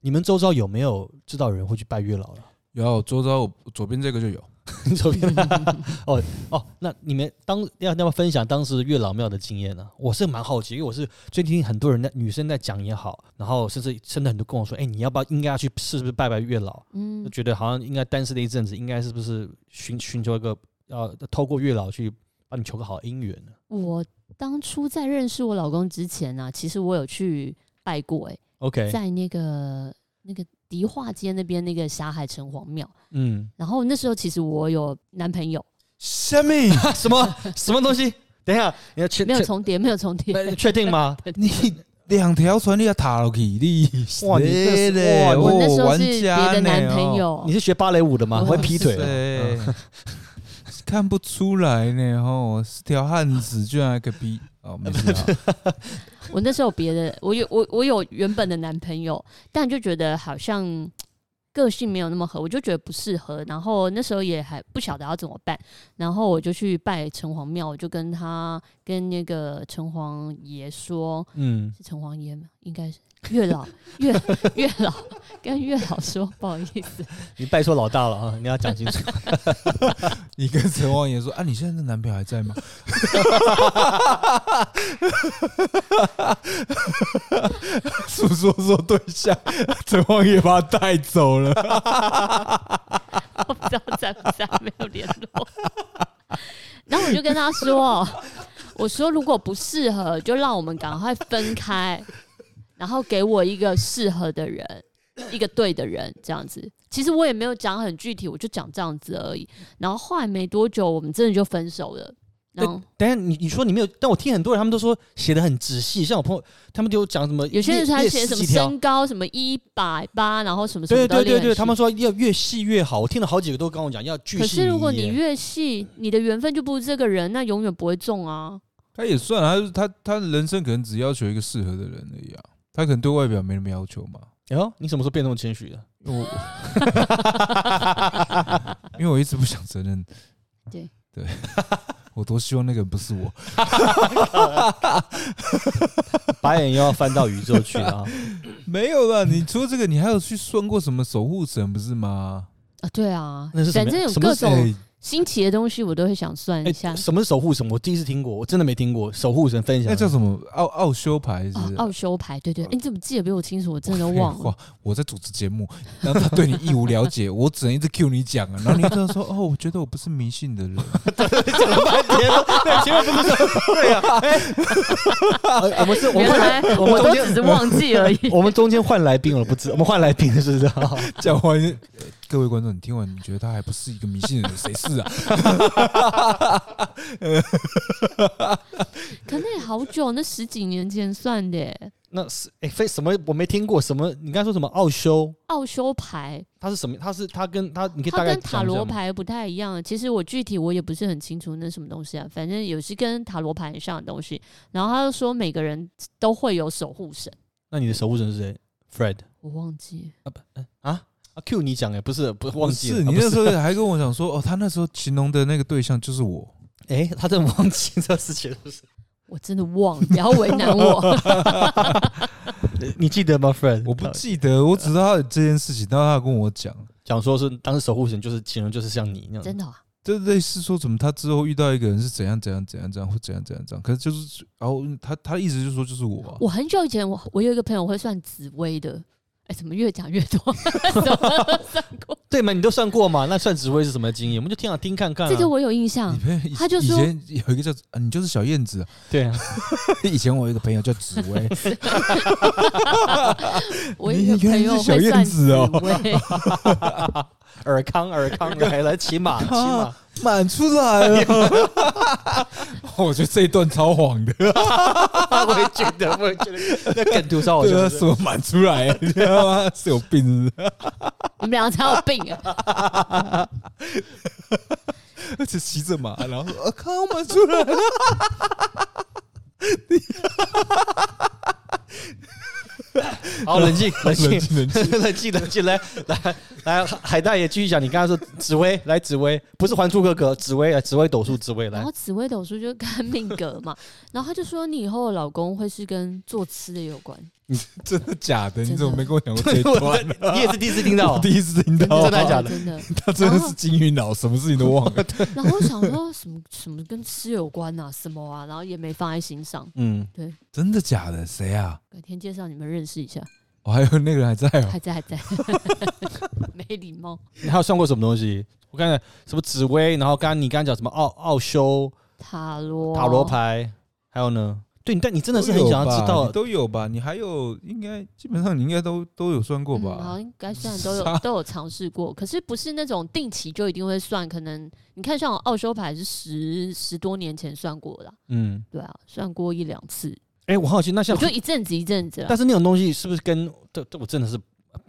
[SPEAKER 2] 你们周遭有没有知道有人会去拜月老了？
[SPEAKER 3] 然后周遭我左边这个就有，
[SPEAKER 2] 你左边哦哦，那你们当要要不要分享当时月老庙的经验呢、我是蛮好奇，因为我是最近很多人在女生在讲也好，然后甚至甚至很多跟我说，哎、你要不要应该要去是不是拜拜月老？
[SPEAKER 4] 嗯
[SPEAKER 2] 就，觉得好像应该单身了一阵子，应该是不是寻寻求一个要透过月老去帮你求个好姻缘呢？
[SPEAKER 4] 我当初在认识我老公之前呢、其实我有去拜过、欸，
[SPEAKER 2] OK，
[SPEAKER 4] 在那个那个迪化街那边那个霞海城隍庙。
[SPEAKER 2] 嗯，
[SPEAKER 4] 然后那时候其实我有男朋友，
[SPEAKER 3] 下面
[SPEAKER 2] 什么什么东西？ 等一下，你要确
[SPEAKER 4] 没有
[SPEAKER 2] 确
[SPEAKER 4] 重叠，没有重 叠。
[SPEAKER 2] 呃确定 吗？
[SPEAKER 3] 你两条船你要塔了去，你
[SPEAKER 2] 哇你这是哇
[SPEAKER 4] 我那时候
[SPEAKER 3] 哦玩
[SPEAKER 4] 是别
[SPEAKER 3] 家
[SPEAKER 4] 的
[SPEAKER 3] 呢
[SPEAKER 4] 男朋
[SPEAKER 3] 哦
[SPEAKER 4] 友
[SPEAKER 2] 你，是学芭蕾舞的 吗？
[SPEAKER 4] 我
[SPEAKER 2] 会劈腿啊？
[SPEAKER 3] 对， 看不出来呢，吼，是条汉子居然还可以劈 哦，没事啊，
[SPEAKER 4] 我那时候有别的，我有我我有原本的男朋友，但就觉得好像个性没有那么合，我就觉得不适合。然后那时候也还不晓得要怎么办，然后我就去拜城隍庙，我就跟他跟那个城隍爷说，
[SPEAKER 2] 嗯，
[SPEAKER 4] 是城隍爷吗？应该是月老，月月老跟月老说不好意思，
[SPEAKER 2] 你拜错老大了啊！你要讲清 楚。
[SPEAKER 3] 你跟陈王爷说啊，你现在的男朋友还在 吗？ 诉说说对象， 陈王爷把他带走了。
[SPEAKER 4] 我不知道在不在，没有联络。然后我就跟他说，我说如果不适合，就让我们赶快分开，然后给我一个适合的人，一个对的人，这样子。其实我也没有讲很具体，我就讲这样子而已。然后后来没多久，我们真的就分手了。然后
[SPEAKER 2] 等一下你你说你没有，但我听很多人他们都说写的很仔细，像我朋友他们都有讲什么
[SPEAKER 4] 有些人
[SPEAKER 2] 列
[SPEAKER 4] 还写什么？
[SPEAKER 2] 列十几条
[SPEAKER 4] 身高什么一百八，然后什么什么
[SPEAKER 2] 对
[SPEAKER 4] 都
[SPEAKER 2] 对
[SPEAKER 4] 列
[SPEAKER 2] 对
[SPEAKER 4] 很
[SPEAKER 2] 对，
[SPEAKER 4] 细
[SPEAKER 2] 他们说要越细越好，我听了好几个都跟我讲要巨细靡
[SPEAKER 4] 可
[SPEAKER 2] 遗。
[SPEAKER 4] 是如果你越细，你的缘分就不是这个人，那永远不会中啊。
[SPEAKER 3] 他也算啊，他他他人生可能只要求一个适合的人而已啊。他可能对外表没什么要求嘛。
[SPEAKER 2] 哎呦，你什么时候变那么谦虚的？啊
[SPEAKER 3] 因为我因为我一直不想承认，
[SPEAKER 4] 对
[SPEAKER 3] 对， 我多希望那个人不是我。
[SPEAKER 2] 白眼又要翻到宇宙去了啊！
[SPEAKER 3] 没有啦，你除了这个，你还有去算过什么守护神不是吗？
[SPEAKER 4] 啊，对啊
[SPEAKER 2] 那是，什么
[SPEAKER 4] 反正有
[SPEAKER 2] 什么
[SPEAKER 4] 各
[SPEAKER 2] 是
[SPEAKER 4] 种
[SPEAKER 3] 哎
[SPEAKER 4] 新奇的东西，我都会想算一下
[SPEAKER 2] 哎，。什么是守护神？我第一次听过，我真的没听过守护神分享。
[SPEAKER 3] 那叫什么奥奥修牌是不
[SPEAKER 2] 啊
[SPEAKER 4] 哦
[SPEAKER 3] 是？，
[SPEAKER 4] 奥修牌，对对，哎你怎么记得比我清楚？我真的忘
[SPEAKER 3] 废
[SPEAKER 4] 了
[SPEAKER 3] 话。，我在主持节目，然后他对你一无了解，我只能一直 Q 你讲啊，然后你就说哦，我觉得我不是迷信的人，
[SPEAKER 2] 讲了半 天了，对，前面不是说对呀、啊？哎、我哎啊 们是，我
[SPEAKER 4] 原来
[SPEAKER 2] 们我
[SPEAKER 4] 我
[SPEAKER 2] 们
[SPEAKER 4] 都
[SPEAKER 2] 中
[SPEAKER 4] 只
[SPEAKER 2] 间
[SPEAKER 4] 是忘记 而已。
[SPEAKER 2] 我们中间换来宾了，不知我们换来宾是不是？
[SPEAKER 3] 讲完，呃各位观众，你听完，你觉得他还不是一个迷信的人，谁是 啊？
[SPEAKER 4] 可那也好久，那十几年前算的耶
[SPEAKER 2] 那是哎，非、什么我没听过什么？你刚才说什么奥修？
[SPEAKER 4] 奥修牌，
[SPEAKER 2] 它是什么？它是它跟它，你可以
[SPEAKER 4] 它
[SPEAKER 2] 大概
[SPEAKER 4] 跟塔
[SPEAKER 2] 讲一下
[SPEAKER 4] 罗
[SPEAKER 2] 吗。
[SPEAKER 4] 牌不太一样。啊其实我具体我也不是很清楚那什么东西啊，反正有是跟塔罗牌很像的东西。然后他就说每个人都会有守护神，
[SPEAKER 2] 那你的守护神是谁？Fred
[SPEAKER 4] 我忘记了。
[SPEAKER 2] 啊，Q 你讲哎、不是不是忘记了，
[SPEAKER 3] 是你
[SPEAKER 2] 啊不
[SPEAKER 3] 那
[SPEAKER 2] 是
[SPEAKER 3] 时候还跟我讲说，哦，他那时候形容的那个对象就是我，
[SPEAKER 2] 哎、他真的忘记这事情了，是不是？
[SPEAKER 4] 我真的忘了，不要为 难我。
[SPEAKER 2] 你记得吗，Fred？
[SPEAKER 3] 我不记得，我只知道他有这件事情，但他跟我讲，
[SPEAKER 2] 讲说是当时守护神就是形容就是像你那样，
[SPEAKER 4] 真的、啊，
[SPEAKER 3] 就类似说怎么他之后遇到一个人是怎样怎样怎样怎样或怎样怎样怎样，可是就是，然后他他一直就说就是我啊、
[SPEAKER 4] 我很久以前我我有一个朋友会算紫薇的。哎，怎么越讲越 多？
[SPEAKER 2] 对嘛？你都算过嘛？那算紫薇是什么经验？我们就听啊听看看、啊。
[SPEAKER 4] 这个我有印象
[SPEAKER 3] 嗯你，朋友以
[SPEAKER 4] 他就
[SPEAKER 3] 以
[SPEAKER 4] 说
[SPEAKER 3] 前有一个叫啊，你就是小燕 子啊。
[SPEAKER 2] 对啊，
[SPEAKER 3] 以前我有一个朋友叫紫薇，
[SPEAKER 4] 我有一个朋友
[SPEAKER 3] 你原来是
[SPEAKER 4] 会
[SPEAKER 3] 小燕
[SPEAKER 4] 算
[SPEAKER 3] 子
[SPEAKER 4] 紫
[SPEAKER 3] 哦
[SPEAKER 4] 薇，
[SPEAKER 2] 尔康，尔康，来来骑 马，骑马。
[SPEAKER 3] 满出来了。 我觉得这一段超黄的，
[SPEAKER 2] 我也觉得，我也觉得那梗图超好笑
[SPEAKER 3] 对啊，
[SPEAKER 2] 哦是不
[SPEAKER 3] 什
[SPEAKER 2] 是。
[SPEAKER 3] 么满出来？ 你知道吗？是有病是不是
[SPEAKER 4] 你们两个才有病啊！
[SPEAKER 3] 而且骑着马，然 后说：“啊
[SPEAKER 2] 呃
[SPEAKER 3] 靠，满出 来了。
[SPEAKER 2] 好，冷静，冷静
[SPEAKER 3] 冷，静冷静
[SPEAKER 2] 冷静，冷静。来，来，来，海大爷继续讲。你刚才说紫薇，来紫薇，不是《还珠格格》，紫薇，来哎紫薇斗数，紫薇
[SPEAKER 4] 然
[SPEAKER 2] 来
[SPEAKER 4] 后。紫薇斗数就看命格嘛，然后他就说你以后的老公会是跟做吃的有关，”
[SPEAKER 3] 真的假的？
[SPEAKER 4] 真的
[SPEAKER 3] 你怎么没跟我讲过这一段？
[SPEAKER 2] 你也是第一次听到
[SPEAKER 3] 我
[SPEAKER 2] 啊，
[SPEAKER 3] 第一次听到
[SPEAKER 2] 真，的啊假的
[SPEAKER 4] 真的。
[SPEAKER 3] 他真的是金鱼脑，什么事情都忘了。
[SPEAKER 4] 然后我想说 什么什么跟吃有关啊，什么啊，然后也没放在心上。
[SPEAKER 2] 嗯，
[SPEAKER 3] 真的假的？谁啊？
[SPEAKER 4] 改天介绍你们认识一下，
[SPEAKER 3] 我还有那个人还在哦
[SPEAKER 4] 还。在还在， 没礼貌。
[SPEAKER 2] 你还有算过什么东西？我刚才什么紫薇，然后刚刚你刚才讲什么奥奥修
[SPEAKER 4] 塔罗
[SPEAKER 2] 塔罗，牌，还有呢？对，但你真的是很想要知
[SPEAKER 3] 都有吧
[SPEAKER 2] 道
[SPEAKER 3] 你，都有吧？你还有应该基本上你应该都都有算过
[SPEAKER 4] 嗯，好
[SPEAKER 3] 吧
[SPEAKER 4] 像？应该 算都
[SPEAKER 3] 啥
[SPEAKER 4] 有都有尝试过，可是不是那种定期就一定会算。可能你看，像我奥修牌是十十多年前算过的啊，
[SPEAKER 2] 嗯，
[SPEAKER 4] 对啊，算过一两次，
[SPEAKER 2] 哎、我好奇，那像
[SPEAKER 4] 我就一阵子一阵子啊
[SPEAKER 2] 但。是那种东西是不是跟这这我真的是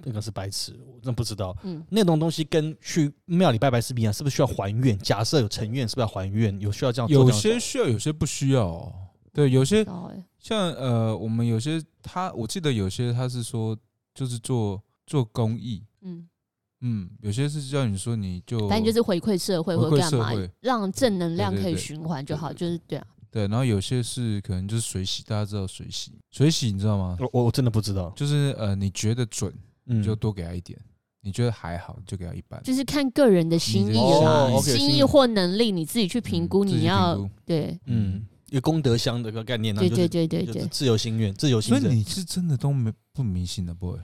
[SPEAKER 2] 那个是白痴，我真的不知道
[SPEAKER 4] 嗯，
[SPEAKER 2] 那种东西跟去庙里拜拜是不一样，是不是需要还愿？假设有成愿，是不是要还愿？有需要这样做
[SPEAKER 3] 有
[SPEAKER 2] 这样
[SPEAKER 3] 些需要，有些不需要哦。对，有些
[SPEAKER 4] 哦欸
[SPEAKER 3] 像呃，我们有些他，我记得有些他是说就是做做公益，
[SPEAKER 4] 嗯，
[SPEAKER 3] 嗯，有些是叫你说你就
[SPEAKER 4] 反正就是回馈社会
[SPEAKER 3] 哦回
[SPEAKER 4] 或
[SPEAKER 3] 馈
[SPEAKER 4] 干嘛
[SPEAKER 3] 社会，
[SPEAKER 4] 让正能量
[SPEAKER 3] 对对
[SPEAKER 4] 可以
[SPEAKER 3] 对
[SPEAKER 4] 循环就好，
[SPEAKER 3] 对对
[SPEAKER 4] 就是对啊。
[SPEAKER 3] 对，然后有些是可能就是水洗，大家知道水洗，水洗你知道吗？
[SPEAKER 2] 我我我真的不知道。
[SPEAKER 3] 就是呃，你觉得准，
[SPEAKER 2] 哦嗯
[SPEAKER 3] 你就多给他一点。你觉得还好，你就给他一半。
[SPEAKER 4] 就是看个人的心意啦，
[SPEAKER 2] 哦，OK，
[SPEAKER 4] 心
[SPEAKER 3] 心
[SPEAKER 4] 意
[SPEAKER 3] 意
[SPEAKER 4] 或能力，你自己去评估，
[SPEAKER 3] 嗯自己
[SPEAKER 4] 你
[SPEAKER 3] 去
[SPEAKER 4] 要
[SPEAKER 3] 评估
[SPEAKER 4] 对
[SPEAKER 2] 嗯，一个功德箱的一个概念呢，啊
[SPEAKER 4] 对对
[SPEAKER 2] 就是
[SPEAKER 4] 对对
[SPEAKER 2] 就是
[SPEAKER 4] 对，
[SPEAKER 2] 自由心愿、自由心
[SPEAKER 3] 所以
[SPEAKER 2] 证。
[SPEAKER 3] 你是真的都没不迷信的 boy。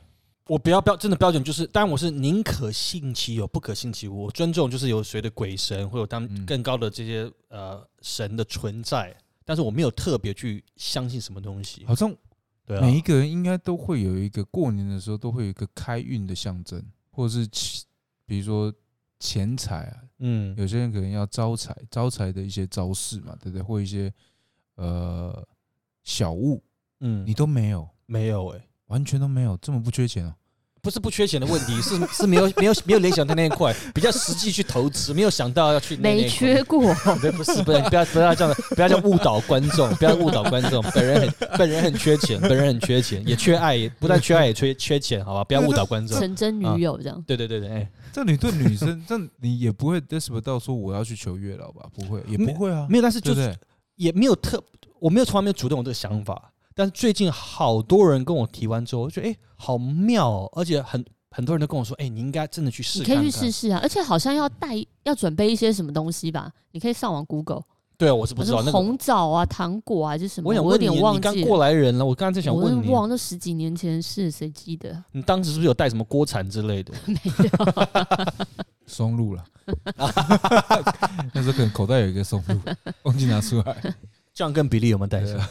[SPEAKER 2] 我比较标真的标准就是，当然我是宁可信其有，不可信其无。我尊重就是有谁的鬼神，会有他们
[SPEAKER 3] 嗯
[SPEAKER 2] 更高的这些呃神的存在，但是我没有特别去相信什么东西。
[SPEAKER 3] 好像
[SPEAKER 2] 对啊，
[SPEAKER 3] 每一个人应该都会有一个过年的时候都会有一个开运的象征，或者是其比如说钱财啊，
[SPEAKER 2] 嗯
[SPEAKER 3] 有些人可能要招财，招财的一些招式嘛，对不对？或一些呃小物，
[SPEAKER 2] 嗯，
[SPEAKER 3] 你都没有，
[SPEAKER 2] 没有哎、
[SPEAKER 3] 完全都没有，这么不缺钱哦、
[SPEAKER 2] 不是不缺钱的问题，是 是没有没有没有联想到那一块，比较实际去投资，没有想到要去那
[SPEAKER 4] 没缺。过，
[SPEAKER 2] 那一块不是不是，不要不要这样，不要这样误导观众，不要误导观众。本人很本人很缺钱，本人很缺钱，也缺爱，也不但缺爱也缺缺钱，好吧，不要误导观众。
[SPEAKER 4] 成真女友这样。
[SPEAKER 2] 对对对对，哎，
[SPEAKER 3] 这你对女生，这你也不会 desperate 到说我要去求月老吧？不会，也不会啊，
[SPEAKER 2] 没有，但是
[SPEAKER 3] 对
[SPEAKER 2] 就
[SPEAKER 3] 不
[SPEAKER 2] 是
[SPEAKER 3] 对？
[SPEAKER 2] 也没有特，我没有从来没有主动有这个想法。但是最近好多人跟我提完之后，我觉得哎，好妙哦，而且很很多人都跟我说，哎，你应该真的去试
[SPEAKER 4] 你可
[SPEAKER 2] 看看。
[SPEAKER 4] 以去试试啊，而且好像要带要准备一些什么东西吧？你可以上网 Google，
[SPEAKER 2] 对啊，我是不知道
[SPEAKER 4] 什
[SPEAKER 2] 那
[SPEAKER 4] 么
[SPEAKER 2] 个
[SPEAKER 4] 红枣啊、糖果啊，还是什么？
[SPEAKER 2] 我
[SPEAKER 4] 我
[SPEAKER 2] 想
[SPEAKER 4] 有
[SPEAKER 2] 问你，
[SPEAKER 4] 点忘
[SPEAKER 2] 你刚
[SPEAKER 4] 记
[SPEAKER 2] 过
[SPEAKER 4] 了，
[SPEAKER 2] 来人了，我刚刚正想
[SPEAKER 4] 我
[SPEAKER 2] 问
[SPEAKER 4] 有
[SPEAKER 2] 你
[SPEAKER 4] 点，忘了十几年前是谁记得？
[SPEAKER 2] 你当时是不是有带什么锅铲之类的？
[SPEAKER 4] 没有，
[SPEAKER 3] 松露 了，那时候可能口袋有一个松露，忘记拿出来，
[SPEAKER 2] 这样跟比利有没有带上？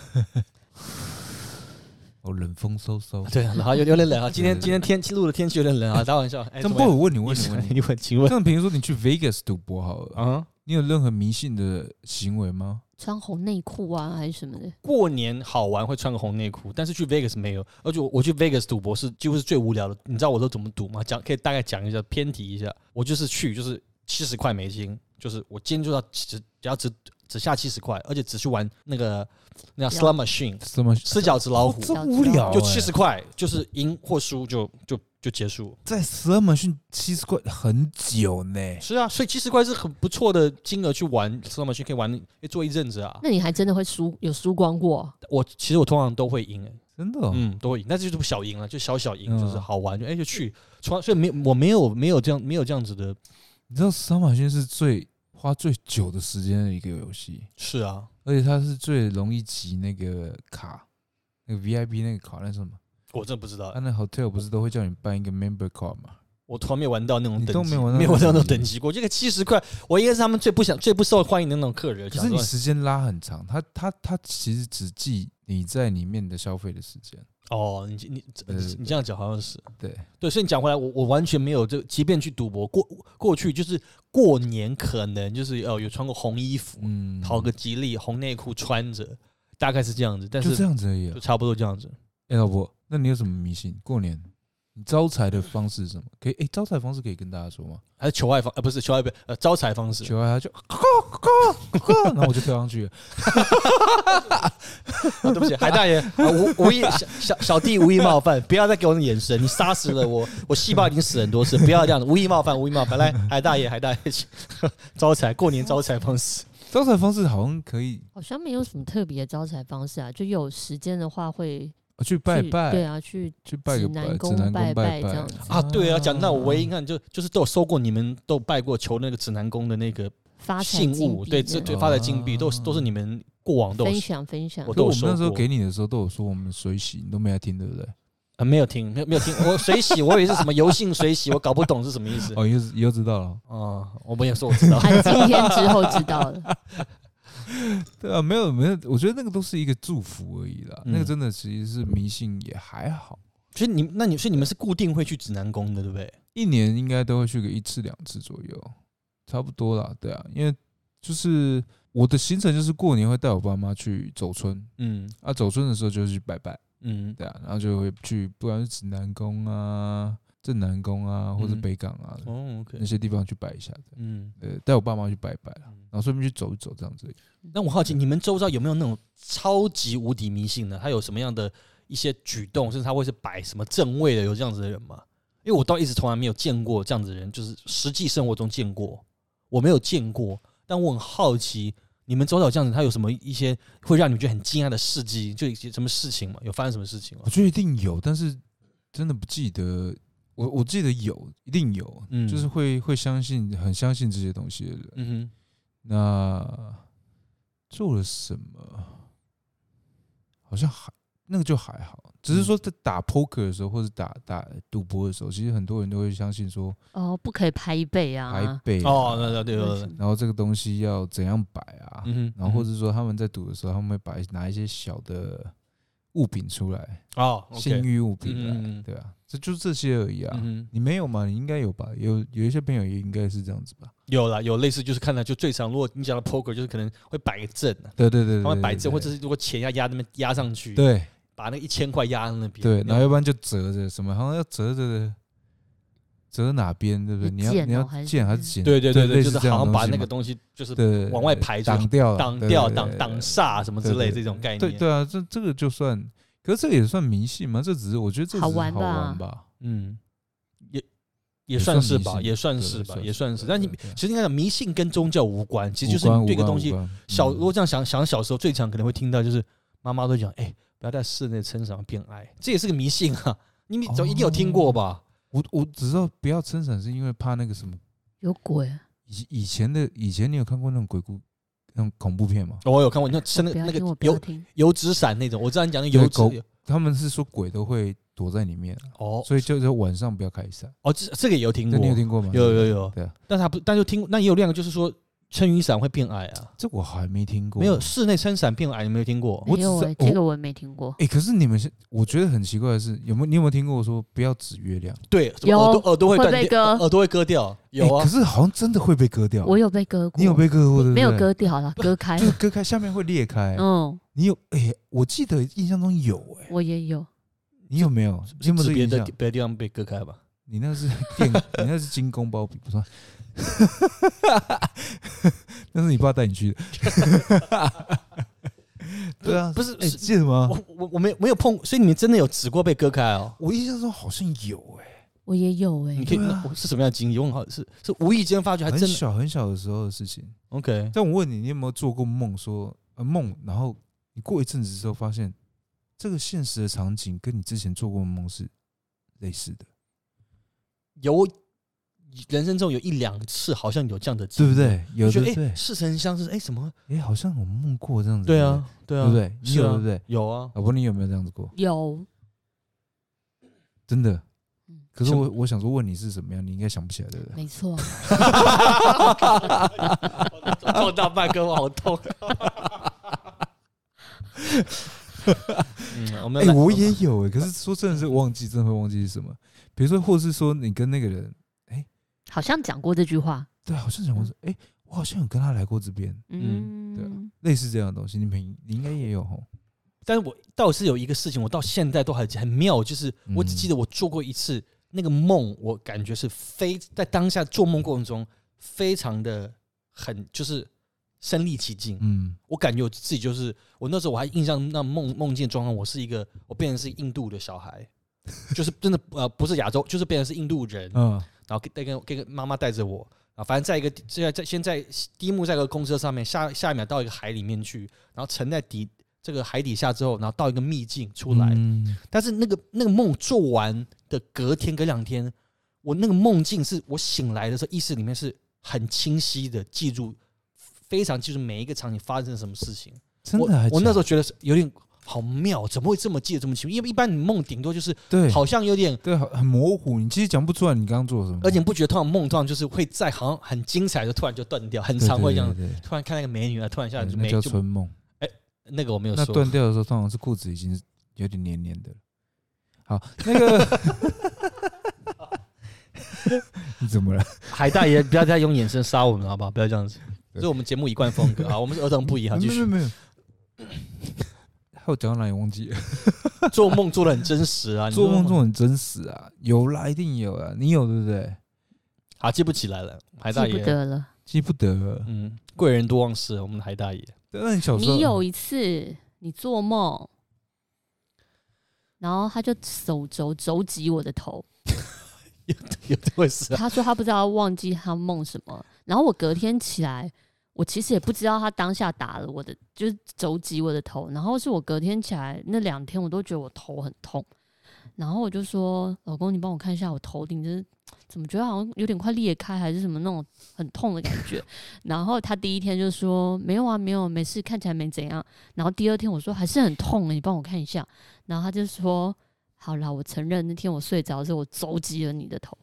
[SPEAKER 3] 哦，冷风嗖嗖。
[SPEAKER 2] 对啊，然后有有点冷啊，今天
[SPEAKER 3] 对对对
[SPEAKER 2] 今天天气录的天气有点冷啊，打玩笑。哎，
[SPEAKER 3] 但
[SPEAKER 2] 怎
[SPEAKER 3] 不
[SPEAKER 2] 么
[SPEAKER 3] 过
[SPEAKER 2] 样
[SPEAKER 3] 我问你，问你，
[SPEAKER 2] 你
[SPEAKER 3] 问
[SPEAKER 2] 问
[SPEAKER 3] 你，
[SPEAKER 2] 你问，请问
[SPEAKER 3] 像比如说你去 Vegas 赌博好了，
[SPEAKER 2] 啊，
[SPEAKER 3] 你有任何迷信的行为吗？
[SPEAKER 4] 穿红内裤啊，还是什么的？
[SPEAKER 2] 过年好玩会穿个红内裤，但是去 Vegas 没有，而且我我去 Vegas 赌博是几乎是最无聊的。你知道我都怎么赌吗？讲可以大概讲一下，偏题一下。我就是去就是七十块美金，就是我今天就要只只要只只下七十块，而且只去玩那个那叫 Slot Machine
[SPEAKER 3] 什么？
[SPEAKER 2] 吃饺子老虎
[SPEAKER 3] 哦。这无聊欸，
[SPEAKER 2] 就七十块，就是赢或输就就就结束。
[SPEAKER 3] 在十二门训七十块很久呢。
[SPEAKER 2] 是啊，所以七十块是很不错的金额去玩，知道吗？去可以玩诶做一阵子啊。
[SPEAKER 4] 那你还真的会输，有输光过？
[SPEAKER 2] 我其实我通常都会赢、诶
[SPEAKER 3] 真的哦、
[SPEAKER 2] 嗯，都会赢，但是就是小赢了，就小小赢，
[SPEAKER 3] 嗯
[SPEAKER 2] 就是好玩，就哎、就去。从来所以没有我没有没有这样没有这样子的，
[SPEAKER 3] 你知道十二马训是最花最久的时间的一个游戏，
[SPEAKER 2] 是啊，
[SPEAKER 3] 而且 它是最容易集那个卡，那个 VIP 那个卡，那是什么？
[SPEAKER 2] 我真的不知道
[SPEAKER 3] 它、，那 hotel 不是都会叫你办一个 member card 吗？
[SPEAKER 2] 我从来没有玩到那种
[SPEAKER 3] 你
[SPEAKER 2] 等级，
[SPEAKER 3] 都没有玩到
[SPEAKER 2] 没有
[SPEAKER 3] 那
[SPEAKER 2] 玩到那种
[SPEAKER 3] 种
[SPEAKER 2] 等级过。这个七十块，我应该是他们最不想最不受欢迎的那种客人。
[SPEAKER 3] 可是你
[SPEAKER 2] 想说
[SPEAKER 3] 时间拉很长，它它它其实只记你在里面的消费的时间。
[SPEAKER 2] 哦，你你
[SPEAKER 3] 对对
[SPEAKER 2] 你
[SPEAKER 3] 对
[SPEAKER 2] 你这样讲好像是。
[SPEAKER 3] 对，
[SPEAKER 2] 对，所以你讲回来，我我完全没有这，即便去赌博过过去，就是过年可能就是哦、有穿过红衣服，
[SPEAKER 3] 嗯，
[SPEAKER 2] 讨个吉利，红内裤穿着，大概是这样子，但
[SPEAKER 3] 就是这样子而已、啊
[SPEAKER 2] 就。差不多这样子。
[SPEAKER 3] 哎、老婆，那你有什么迷信？过年你招财的方式是什么？可以？哎、招财方式可以跟大家说吗？
[SPEAKER 2] 还是求爱方呃不是求爱不呃招财方式，
[SPEAKER 3] 求爱他就然后我就跳上 去了。
[SPEAKER 2] 啊、对 不起，海大爷，啊、无无意小小小弟无意冒犯，不要再给我那眼神，你杀死了我， 我细胞已经死很多次，不要这样子，无意冒犯，无意冒犯，来，海大爷，海大爷， 招财，过年招财方式，
[SPEAKER 3] 招财方式好像可以、
[SPEAKER 4] 好像没有什么特别的招财方式啊，就有时间的话会
[SPEAKER 3] 啊去拜
[SPEAKER 4] 去
[SPEAKER 3] 拜，
[SPEAKER 4] 对啊，去
[SPEAKER 3] 去拜个
[SPEAKER 4] 指南
[SPEAKER 3] 拜
[SPEAKER 4] 宫
[SPEAKER 3] 指南
[SPEAKER 4] 拜
[SPEAKER 3] 宫
[SPEAKER 4] 拜这
[SPEAKER 3] 拜
[SPEAKER 4] 样子
[SPEAKER 2] 啊，对啊，讲到我
[SPEAKER 4] 哦
[SPEAKER 2] 唯一看就就是都有收过，你们都拜过求那个指南宫的那个
[SPEAKER 4] 发财
[SPEAKER 2] 信
[SPEAKER 4] 金
[SPEAKER 2] 物，
[SPEAKER 4] 币
[SPEAKER 2] 对，
[SPEAKER 4] 这
[SPEAKER 2] 这
[SPEAKER 4] 样
[SPEAKER 2] 对发财金币都是都是你们过往都有
[SPEAKER 4] 分享分享
[SPEAKER 2] 我。
[SPEAKER 3] 可
[SPEAKER 2] 都有
[SPEAKER 3] 我们
[SPEAKER 2] 收
[SPEAKER 3] 那时候
[SPEAKER 2] 过
[SPEAKER 3] 给你的时候都有说我们水洗，你都没来听，对不对？
[SPEAKER 2] 啊没有听没有没有听，我水洗，我以为是什么油性水洗，我搞不懂是什么意思。
[SPEAKER 3] 哦，又是又知道了。
[SPEAKER 2] 哦，我没有说我知 道，
[SPEAKER 4] 他啊今天之后知道了，
[SPEAKER 3] 对啊，没有没有，我觉得那个都是一个祝福而已啦。
[SPEAKER 2] 嗯
[SPEAKER 3] 那个真的其实是迷信也还好，
[SPEAKER 2] 所以你那你所以你们是固定会去指南宫的，对不对？
[SPEAKER 3] 一年应该都会去个一次两次左右，差不多啦。对啊，因为就是我的行程就是过年会带我爸妈去走村
[SPEAKER 2] 嗯
[SPEAKER 3] 啊，走村的时候就去拜拜。
[SPEAKER 2] 嗯
[SPEAKER 3] 对啊，然后就会去，不管是指南宫啊、正南宫啊，或者
[SPEAKER 2] 嗯
[SPEAKER 3] 北港啊、
[SPEAKER 2] 哦，OK，
[SPEAKER 3] 那些地方去拜一下的。
[SPEAKER 2] 嗯。
[SPEAKER 3] 呃，带我爸妈去拜一拜啦，然后顺便去走一走这样子而已。
[SPEAKER 2] 那我好奇，你们周遭有没有那种超级无敌迷信的？他有什么样的一些举动，甚至他会是摆什么正位的？有这样子的人吗？因为我倒一直从来没有见过这样子的人，就是实际生活中见过，我没有见过。但我很好奇，你们周遭有这样子，他有什么一些会让你们觉得很惊讶的事迹？就有些什么事情吗？有发生什么事情吗
[SPEAKER 3] 我？觉得一定有，但是真的不记得我我记得有，一定有，
[SPEAKER 2] 嗯
[SPEAKER 3] 就是会会相信，很相信这些东西的人。
[SPEAKER 2] 嗯
[SPEAKER 3] 那做了什么？好像还那个就还好，只是说在打 poker 的时候，或者打打赌博的时候，其实很多人都会相信说
[SPEAKER 4] 哦，不可以拍一倍
[SPEAKER 3] 台
[SPEAKER 4] 啊，
[SPEAKER 3] 北
[SPEAKER 2] 哼，
[SPEAKER 3] 啊、
[SPEAKER 2] 哦，那那对
[SPEAKER 4] 为
[SPEAKER 2] 对
[SPEAKER 4] 什
[SPEAKER 2] 对，
[SPEAKER 4] 么
[SPEAKER 3] 然后这个东西要怎样摆啊，
[SPEAKER 2] 嗯哼，
[SPEAKER 3] 然后或者说他们在赌的时候，他们会把拿一些小的物品出来，
[SPEAKER 2] 哦
[SPEAKER 3] 幸运物品来，
[SPEAKER 2] 嗯嗯嗯
[SPEAKER 3] 对啊，这就这些而已啊。
[SPEAKER 2] 嗯哼，
[SPEAKER 3] 你没有吗？你应该有吧？有有一些朋友也应该是这样子吧？
[SPEAKER 2] 有了有类似，就是看到就最常，如果你讲到 poker，就是可能会摆个阵啊，
[SPEAKER 3] 对对对对
[SPEAKER 2] 他们摆
[SPEAKER 3] 对
[SPEAKER 2] 阵，或者是如果钱要压那边压上去，
[SPEAKER 3] 对
[SPEAKER 2] 把那个一千块压在那边，
[SPEAKER 3] 对，
[SPEAKER 2] 那
[SPEAKER 3] 然后要不然就折着什么，好像要折着的，折哪边对不对？
[SPEAKER 4] 就
[SPEAKER 3] 你要
[SPEAKER 4] 箭
[SPEAKER 3] 你
[SPEAKER 4] 哦
[SPEAKER 3] 要
[SPEAKER 4] 还是
[SPEAKER 3] 剑还是
[SPEAKER 4] 怎么
[SPEAKER 3] 剪？
[SPEAKER 2] 对对对对，
[SPEAKER 3] 类
[SPEAKER 2] 就
[SPEAKER 3] 似
[SPEAKER 2] 是
[SPEAKER 3] 这
[SPEAKER 2] 好
[SPEAKER 3] 样
[SPEAKER 2] 像
[SPEAKER 3] 的东
[SPEAKER 2] 把
[SPEAKER 3] 西
[SPEAKER 2] 那个
[SPEAKER 3] 嘛
[SPEAKER 2] 东西就是
[SPEAKER 3] 对
[SPEAKER 2] 往外排出来
[SPEAKER 3] 挡掉
[SPEAKER 2] 挡
[SPEAKER 3] 对
[SPEAKER 2] 掉、
[SPEAKER 3] 对
[SPEAKER 2] 挡
[SPEAKER 3] 对
[SPEAKER 2] 挡煞什么之
[SPEAKER 3] 对
[SPEAKER 2] 类
[SPEAKER 3] 对
[SPEAKER 2] 这种概
[SPEAKER 3] 对
[SPEAKER 2] 念。
[SPEAKER 3] 对啊，这这个就算，可是这个也算迷信吗？这只是我觉得这只是
[SPEAKER 4] 好
[SPEAKER 3] 好
[SPEAKER 4] 玩吧
[SPEAKER 3] 玩吧，
[SPEAKER 2] 嗯，也也
[SPEAKER 3] 也
[SPEAKER 2] 算
[SPEAKER 3] 算
[SPEAKER 2] 是
[SPEAKER 3] 迷
[SPEAKER 2] 吧，
[SPEAKER 3] 信
[SPEAKER 2] 也算
[SPEAKER 3] 对
[SPEAKER 2] 是
[SPEAKER 3] 也
[SPEAKER 2] 吧，
[SPEAKER 3] 算
[SPEAKER 2] 也
[SPEAKER 3] 是
[SPEAKER 2] 算
[SPEAKER 3] 对
[SPEAKER 2] 是。但你
[SPEAKER 3] 对对
[SPEAKER 2] 其实应该讲迷信跟宗教无关，其实就
[SPEAKER 3] 无
[SPEAKER 2] 是
[SPEAKER 3] 关
[SPEAKER 2] 你对
[SPEAKER 3] 无
[SPEAKER 2] 个
[SPEAKER 3] 关
[SPEAKER 2] 东
[SPEAKER 3] 无
[SPEAKER 2] 西
[SPEAKER 3] 关
[SPEAKER 2] 小。
[SPEAKER 3] 嗯
[SPEAKER 2] 如果这样想想，小时候最常可能会听到就是妈妈都讲，哎，不要在室内撑伞变矮，这也是个迷信啊。你你早一定有听过吧？
[SPEAKER 3] 我我只知道不要撑伞是因为怕那个什么。
[SPEAKER 4] 有鬼啊，
[SPEAKER 3] 以以前的以前你有看过那种鬼故那种恐怖片吗？
[SPEAKER 2] 哦我有看过，你看撑那
[SPEAKER 4] 哦不
[SPEAKER 2] 个
[SPEAKER 4] 要
[SPEAKER 2] 那个
[SPEAKER 4] 听，我不要
[SPEAKER 2] 油
[SPEAKER 4] 听，
[SPEAKER 2] 油纸伞那种，我知道你讲的
[SPEAKER 3] 对
[SPEAKER 2] 油纸
[SPEAKER 3] 狗他们是说鬼都会躲在里面啊，
[SPEAKER 2] 哦
[SPEAKER 3] 所以就是晚上不要开伞。
[SPEAKER 2] 哦，这这个也有听
[SPEAKER 3] 这
[SPEAKER 2] 过，
[SPEAKER 3] 你有听过吗？
[SPEAKER 2] 有有有，
[SPEAKER 3] 对啊，
[SPEAKER 2] 但他不，但就听，那也有两个，就是说撑雨伞会变矮啊，
[SPEAKER 3] 这我还没听过。
[SPEAKER 2] 没有室内撑伞变矮，你没有听过？
[SPEAKER 3] 我
[SPEAKER 4] 没有
[SPEAKER 3] 只是
[SPEAKER 4] 哎，
[SPEAKER 3] 我
[SPEAKER 4] 这个我也没听过，
[SPEAKER 3] 哎、可是你们现我觉得很奇怪的是，有没有你有没有听过我说不要指月亮？
[SPEAKER 2] 对，什么
[SPEAKER 4] 有
[SPEAKER 2] 耳朵耳朵会
[SPEAKER 4] 会
[SPEAKER 2] 断
[SPEAKER 4] 被
[SPEAKER 2] 掉，
[SPEAKER 4] 割
[SPEAKER 2] 耳朵会割掉，有
[SPEAKER 3] 欸
[SPEAKER 2] 啊
[SPEAKER 3] 可，是好像真的会被割掉。
[SPEAKER 4] 我有被割过，
[SPEAKER 3] 你有被割过对不对？
[SPEAKER 4] 没有，割掉 了，割开
[SPEAKER 3] 就，是割开下面会裂开。
[SPEAKER 4] 嗯，
[SPEAKER 3] 你有哎、我记得印象中有哎、
[SPEAKER 4] 我也有，
[SPEAKER 3] 你有没有？你有没有
[SPEAKER 2] 是
[SPEAKER 3] 这个
[SPEAKER 2] 别
[SPEAKER 3] 印
[SPEAKER 2] 的
[SPEAKER 3] 象？
[SPEAKER 2] 别的地方被割开吧？
[SPEAKER 3] 你那是电，你那是精工包皮不算， 那是你爸带你去的。对啊，
[SPEAKER 2] 不是
[SPEAKER 3] 哎、
[SPEAKER 2] 是
[SPEAKER 3] 记得吗？
[SPEAKER 2] 我我我没有没有碰，所以你们真的有指过被割开哦？
[SPEAKER 3] 我印象中好像有哎、
[SPEAKER 4] 我也有哎
[SPEAKER 2] 你，可以
[SPEAKER 3] 对啊
[SPEAKER 2] 那是什么样的经历？我很好是是无意间发觉，还
[SPEAKER 3] 很
[SPEAKER 2] 真的
[SPEAKER 3] 小很小的时候的事情。
[SPEAKER 2] OK，
[SPEAKER 3] 但我问你，你有没有做过梦？说呃梦，然后你过一阵子之后发现，这个现实的场景跟你之前做过的梦是类似的，
[SPEAKER 2] 有人生中有一两次好像有这样的经
[SPEAKER 3] 对
[SPEAKER 2] 历，
[SPEAKER 3] 不？对？有
[SPEAKER 2] 我觉
[SPEAKER 3] 的对
[SPEAKER 2] 得
[SPEAKER 3] 不对
[SPEAKER 2] 哎，？似曾相识，哎，什么？
[SPEAKER 3] 哎，好像我梦过这样子。
[SPEAKER 2] 对，啊，对
[SPEAKER 3] 对
[SPEAKER 2] 啊，
[SPEAKER 3] 不对？你
[SPEAKER 2] 是
[SPEAKER 3] 有对
[SPEAKER 2] 啊
[SPEAKER 3] 不，对？
[SPEAKER 2] 有啊，
[SPEAKER 3] 老婆，你有没有这样子过？
[SPEAKER 4] 有，
[SPEAKER 3] 真的
[SPEAKER 4] 嗯。
[SPEAKER 3] 可是
[SPEAKER 2] 什
[SPEAKER 3] 我我想说，问你是什么样，你应该想不起来，对不对？
[SPEAKER 4] 没错，
[SPEAKER 2] 嗯撞到麦克风好痛。嗯，我们
[SPEAKER 3] 哎、
[SPEAKER 2] 来
[SPEAKER 3] 我也有哎、可是说真的是忘记，真的会忘记是什么。比如说，或是说你跟那个人，
[SPEAKER 4] 好像讲过这句话，
[SPEAKER 3] 对，好像想过说，哎、我好像有跟他来过这边，
[SPEAKER 4] 嗯，
[SPEAKER 3] 对啊类似这样的东西，你们你应该也有吼。
[SPEAKER 2] 但是我倒是有一个事情，我到现在都还很妙，就是我只
[SPEAKER 3] 嗯
[SPEAKER 2] 记得我做过一次那个梦，我感觉是非在当下做梦过程中非常的很就是身临其境，
[SPEAKER 3] 嗯，
[SPEAKER 2] 我感觉我自己就是我那时候我还印象那梦梦境状况，我是一个我变成是印度的小孩，就是真的呃不是亚洲，就是变成是印度人，
[SPEAKER 3] 嗯
[SPEAKER 2] 然后跟带跟跟妈妈带着我啊，反正在一个在在先在第一幕在一个公车上面，下下一秒到一个海里面去，然后沉在底这个海底下之后，然后到一个秘境出来。
[SPEAKER 3] 嗯
[SPEAKER 2] 但是那个那个梦做完的隔天隔两天，我那个梦境是我醒来的时候意识里面是很清晰的记住，非常记住每一个场景发生了什么事情。
[SPEAKER 3] 真的还
[SPEAKER 2] 我我那时
[SPEAKER 3] 候
[SPEAKER 2] 候觉得是有点好妙，怎么会这么记得这么清楚？因为一般你梦顶多就是
[SPEAKER 3] 对
[SPEAKER 2] 好像有点
[SPEAKER 3] 对很很模糊，你其实讲不出来你刚刚做了什么，
[SPEAKER 2] 而且你不觉得通常梦通常就是会在好像很精彩的突然就断掉，很
[SPEAKER 3] 对
[SPEAKER 2] 常会这样，
[SPEAKER 3] 对对对
[SPEAKER 2] 突然看那个美女啊，突然一下
[SPEAKER 3] 对
[SPEAKER 2] 就
[SPEAKER 3] 那
[SPEAKER 2] 没
[SPEAKER 3] 叫
[SPEAKER 2] 就
[SPEAKER 3] 春梦。
[SPEAKER 2] 那个我没有
[SPEAKER 3] 那
[SPEAKER 2] 说
[SPEAKER 3] 断，掉的时候，通常是裤子已经有点黏黏的了。好，那 个你怎么了？
[SPEAKER 2] 海大爷不要再用眼神杀我们好不好？不要这样 子，这
[SPEAKER 3] 对
[SPEAKER 2] 是我们节目一贯风格啊，我们是儿童不宜哈，
[SPEAKER 3] 没
[SPEAKER 2] 继
[SPEAKER 3] 有没
[SPEAKER 2] 续
[SPEAKER 3] 有没有。 还有讲到哪里忘记了？
[SPEAKER 2] 做梦做的很真实啊啊，你
[SPEAKER 3] 做梦做很真实啊，有啦，一定有啊，你有对不对？
[SPEAKER 2] 啊记不起来了，海大
[SPEAKER 4] 记不
[SPEAKER 2] 爷，
[SPEAKER 4] 得了。
[SPEAKER 3] 记不得了。
[SPEAKER 2] 嗯，贵人多忘事，我们的海大爷，
[SPEAKER 3] 那你小时候
[SPEAKER 4] 你有一次你做梦，然后他就手肘肘击我的头，
[SPEAKER 2] 有这回事啊？
[SPEAKER 4] 他说他不知道忘记他梦什么，然后我隔天起来，我其实也不知道他当下打了我的，就是肘击我的头，然后是我隔天起来那两天我都觉得我头很痛，然后我就说：“老公，你帮我看一下我头顶，就是怎么觉得好像有点快裂开，还是什么那种很痛的感觉。”然后他第一天就说：“没有啊，没有，没事，看起来没怎样。”然后第二天我说：“还是很痛、欸，你帮我看一下。”然后他就说：“好啦，我承认那天我睡着的时候我肘击了你的头。”